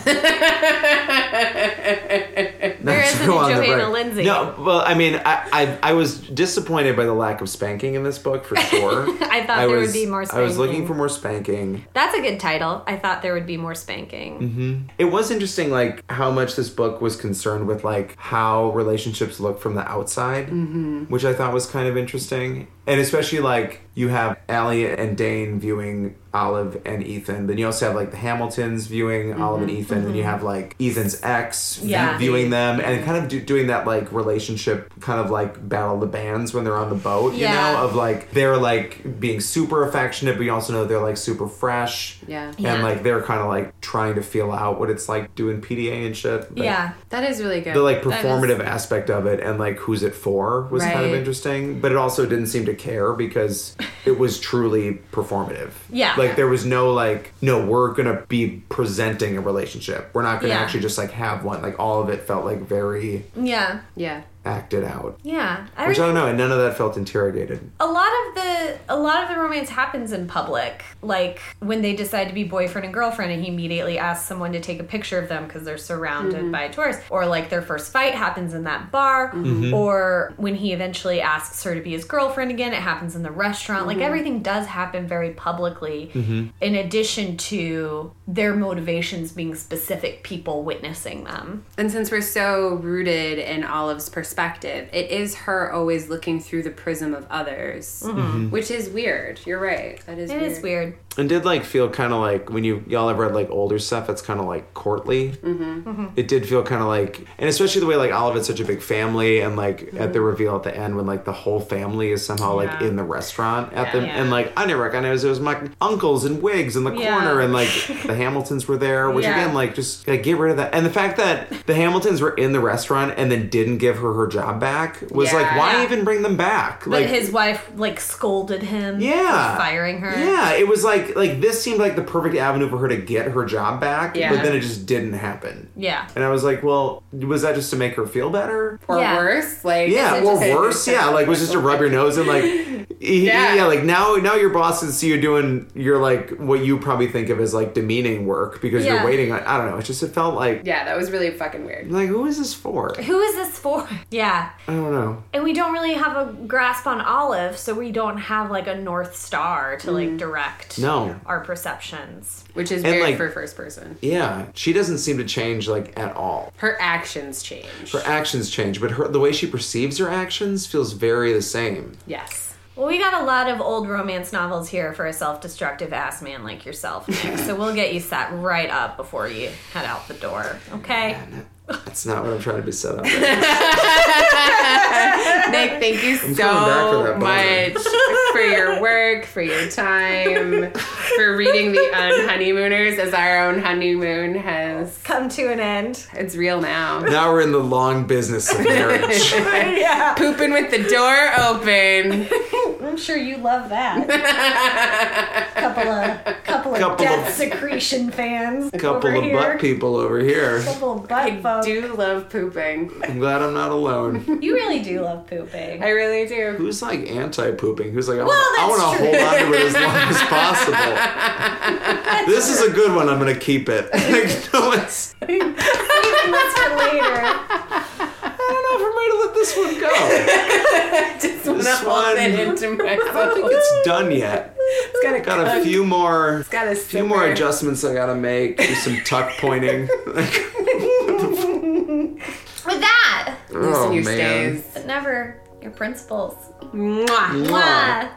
[SPEAKER 4] There
[SPEAKER 3] Not to
[SPEAKER 4] isn't
[SPEAKER 3] go
[SPEAKER 4] a
[SPEAKER 3] on the
[SPEAKER 4] Johanna
[SPEAKER 3] break.
[SPEAKER 4] Lindsay.
[SPEAKER 3] No, well, I mean, I, I I was disappointed by the lack of spanking in this
[SPEAKER 4] <laughs>
[SPEAKER 3] book for sure.
[SPEAKER 4] I thought there would be more
[SPEAKER 3] I was looking
[SPEAKER 4] spanking.
[SPEAKER 3] for more spanking.
[SPEAKER 4] That's a good title. I thought there would be more spanking.
[SPEAKER 3] It was interesting, like how much this book was concerned with like how relationships look from the outside,
[SPEAKER 4] Mm-hmm.
[SPEAKER 3] which I thought was kind of interesting. And especially like you have Allie and Dane viewing Olive and Ethan. Then you also have like the Hamiltons viewing Olive and Ethan. Then you have like Ethan's ex v-
[SPEAKER 4] Mm-hmm. Yeah.
[SPEAKER 3] viewing them, and kind of do, doing that like relationship kind of like battle of the bands when they're on the boat. You
[SPEAKER 4] Yeah.
[SPEAKER 3] know, of like they're like being super affectionate, but you also know they're like super fresh.
[SPEAKER 1] Yeah.
[SPEAKER 3] And
[SPEAKER 4] Yeah.
[SPEAKER 3] like they're kind of like trying to feel out what it's like doing PDA and shit. But
[SPEAKER 4] Yeah.
[SPEAKER 1] That is really good.
[SPEAKER 3] The like
[SPEAKER 4] is-
[SPEAKER 3] performative aspect of it and like who's it for was kind of
[SPEAKER 1] Right.
[SPEAKER 3] interesting, but it also didn't seem to care
[SPEAKER 4] <laughs>
[SPEAKER 3] because it was truly performative.
[SPEAKER 4] Yeah.
[SPEAKER 3] Like there was no like no we're going to be presenting a relationship. We're not going to
[SPEAKER 4] Yeah. Mm.
[SPEAKER 3] actually just like have one. Like all of it felt like very
[SPEAKER 4] Yeah.
[SPEAKER 1] yeah.
[SPEAKER 3] acted out.
[SPEAKER 4] Yeah. I
[SPEAKER 3] Which I
[SPEAKER 4] really-
[SPEAKER 3] don't know, and none of that felt interrogated.
[SPEAKER 4] a lot of the a lot of the romance happens in public. Like when they decide to be boyfriend and girlfriend and he immediately asks someone to take a picture of them because they're surrounded by tourists or like their first fight happens in that bar
[SPEAKER 3] Mm-hmm.
[SPEAKER 4] or when he eventually asks her to be his girlfriend again it happens in the restaurant. Like everything does happen very publicly
[SPEAKER 3] Mm-hmm.
[SPEAKER 4] in addition to their motivations being specific people witnessing them.
[SPEAKER 1] And since we're so rooted in Olive's perspective, it is her
[SPEAKER 3] Mm-hmm.
[SPEAKER 1] always looking through the prism of others, which is weird. You're right. That is
[SPEAKER 4] It
[SPEAKER 1] weird.
[SPEAKER 4] is weird.
[SPEAKER 3] and did like feel kind of like when you y'all have read like older stuff that's kind of like courtly
[SPEAKER 1] Mm-hmm.
[SPEAKER 3] it did feel kind of like and especially the way like olivet's such a big family and like at
[SPEAKER 1] Mm-hmm.
[SPEAKER 3] the reveal at the end when like the whole family is somehow like in the restaurant at the
[SPEAKER 1] Yeah.
[SPEAKER 3] and like i didn't recognize it was my uncles and wigs in the corner
[SPEAKER 1] <laughs>
[SPEAKER 3] and like the hamiltons were there which
[SPEAKER 2] Yeah.
[SPEAKER 3] again like just like get rid of that and the fact that the hamiltons were in the restaurant and then didn't give her her job back was like
[SPEAKER 1] Yeah.
[SPEAKER 3] why
[SPEAKER 2] Yeah.
[SPEAKER 3] even bring them back
[SPEAKER 4] But
[SPEAKER 3] like
[SPEAKER 4] his wife like scolded him.
[SPEAKER 3] Yeah.
[SPEAKER 4] for firing her.
[SPEAKER 3] yeah, it was like like this seemed like the perfect avenue for her to get her job back,
[SPEAKER 1] Yeah.
[SPEAKER 3] but then it just didn't happen.
[SPEAKER 4] Yeah. <laughs>
[SPEAKER 3] And I was like, well, was that just to make her feel better?
[SPEAKER 1] or
[SPEAKER 4] Yeah.
[SPEAKER 1] worse, like
[SPEAKER 3] Yeah,
[SPEAKER 1] is it
[SPEAKER 3] or
[SPEAKER 1] just-
[SPEAKER 3] worse, yeah, like was just to rub your nose and
[SPEAKER 4] <laughs>
[SPEAKER 3] like, yeah.
[SPEAKER 1] Yeah.
[SPEAKER 3] yeah, like now now your bosses see you doing your like what you probably think of as like demeaning work because
[SPEAKER 4] Yeah.
[SPEAKER 3] you're waiting on. I don't know. It just it felt like
[SPEAKER 1] yeah, that was really fucking weird.
[SPEAKER 3] like who is this for?
[SPEAKER 4] Who is this for? <laughs> Yeah.
[SPEAKER 3] I don't know.
[SPEAKER 4] And we don't really have a grasp on Olive, so we don't have like a north star to like direct
[SPEAKER 3] Mm. No.
[SPEAKER 4] our perceptions.
[SPEAKER 1] Which is
[SPEAKER 3] And,
[SPEAKER 1] weird
[SPEAKER 3] like-
[SPEAKER 1] for first person.
[SPEAKER 3] Yeah, she doesn't seem to change like at all.
[SPEAKER 1] Her actions change.
[SPEAKER 3] Her actions change, but her the way she perceives her actions feels very the same.
[SPEAKER 1] yes.
[SPEAKER 4] Well, we got a lot of old romance novels here for a self-destructive ass man like
[SPEAKER 3] <laughs>
[SPEAKER 4] yourself, Nick, so we'll get you set right up before you head out the door. Okay.
[SPEAKER 3] That's not what I'm trying to be set up.
[SPEAKER 1] <laughs> Nick, thank you
[SPEAKER 3] coming back for
[SPEAKER 1] so
[SPEAKER 3] that boner.
[SPEAKER 1] much for your work, for your time, for reading the Unhoneymooners as our own honeymoon has
[SPEAKER 4] Come to an
[SPEAKER 3] <laughs>
[SPEAKER 4] end.
[SPEAKER 1] it's real now.
[SPEAKER 3] now we're in the long business of
[SPEAKER 1] <laughs>
[SPEAKER 3] marriage.
[SPEAKER 1] Pooping with the door open.
[SPEAKER 4] I'm sure you love that.
[SPEAKER 3] <laughs>
[SPEAKER 4] couple of couple of
[SPEAKER 3] Couple
[SPEAKER 4] death
[SPEAKER 3] of-
[SPEAKER 4] secretion fans.
[SPEAKER 3] <laughs> Couple
[SPEAKER 4] over
[SPEAKER 3] of
[SPEAKER 4] here.
[SPEAKER 3] butt people
[SPEAKER 1] <laughs>
[SPEAKER 3] over here.
[SPEAKER 4] Couple of butt
[SPEAKER 1] I
[SPEAKER 4] folks.
[SPEAKER 1] do love pooping.
[SPEAKER 3] I'm glad I'm not alone.
[SPEAKER 4] You really do love pooping.
[SPEAKER 1] I really do.
[SPEAKER 3] Who's like anti-pooping? Who's like, I
[SPEAKER 4] Well,
[SPEAKER 3] want
[SPEAKER 4] that's
[SPEAKER 3] to hold on to it as long as possible. this is a good one. I'm gonna keep
[SPEAKER 1] <laughs>
[SPEAKER 3] it. Like, no one's. I
[SPEAKER 4] That's for later.
[SPEAKER 3] <laughs> don't know if I'm ready to let this one go.
[SPEAKER 1] <laughs> Just want to
[SPEAKER 3] This
[SPEAKER 1] hold
[SPEAKER 3] one-
[SPEAKER 1] it into <laughs>
[SPEAKER 3] I don't think
[SPEAKER 1] myself.
[SPEAKER 3] it's done yet.
[SPEAKER 1] It's got a
[SPEAKER 3] Got a few more.
[SPEAKER 1] Got a
[SPEAKER 3] few more
[SPEAKER 1] simmer.
[SPEAKER 3] adjustments I gotta make. Do some tuck pointing.
[SPEAKER 1] <laughs>
[SPEAKER 3] Like,
[SPEAKER 4] With that,
[SPEAKER 1] Loosen
[SPEAKER 3] oh
[SPEAKER 1] your
[SPEAKER 3] man.
[SPEAKER 1] stays.
[SPEAKER 4] but never your principles.
[SPEAKER 1] Mwah.
[SPEAKER 3] Mwah.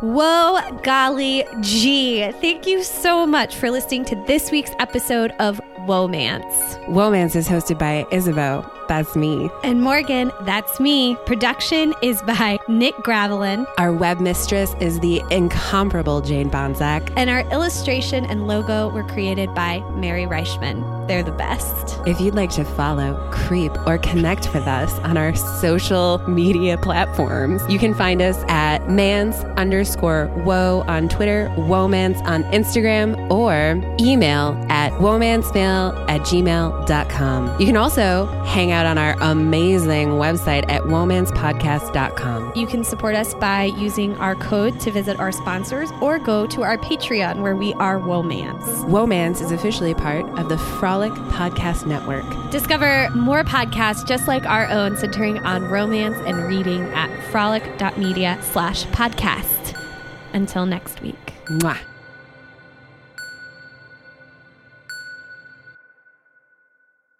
[SPEAKER 2] Whoa, golly gee. Thank you so much for listening to this week's episode of Womance.
[SPEAKER 1] Womance is hosted by Isabeau. That's me.
[SPEAKER 2] And Morgan, that's me. Production is by Nick Gravelin,
[SPEAKER 1] Our web mistress is the incomparable Jane Bonzak.
[SPEAKER 2] and our illustration and logo were created by Mary Reichman. They're the best.
[SPEAKER 1] If you'd like to follow, creep, or connect with us on our social media platforms, you can find us at mans underscore woe on Twitter, womance on Instagram, or email at womancemail at gmail.com. You can also hang out on our amazing website at womanspodcast.com.
[SPEAKER 2] You can support us by using our code to visit our sponsors or go to our Patreon where we are Womance.
[SPEAKER 1] Womance is officially part of the Frolic Podcast Network.
[SPEAKER 2] Discover more podcasts just like our own centering on romance and reading at frolic.media slash podcast. Until next week.
[SPEAKER 1] Mwah.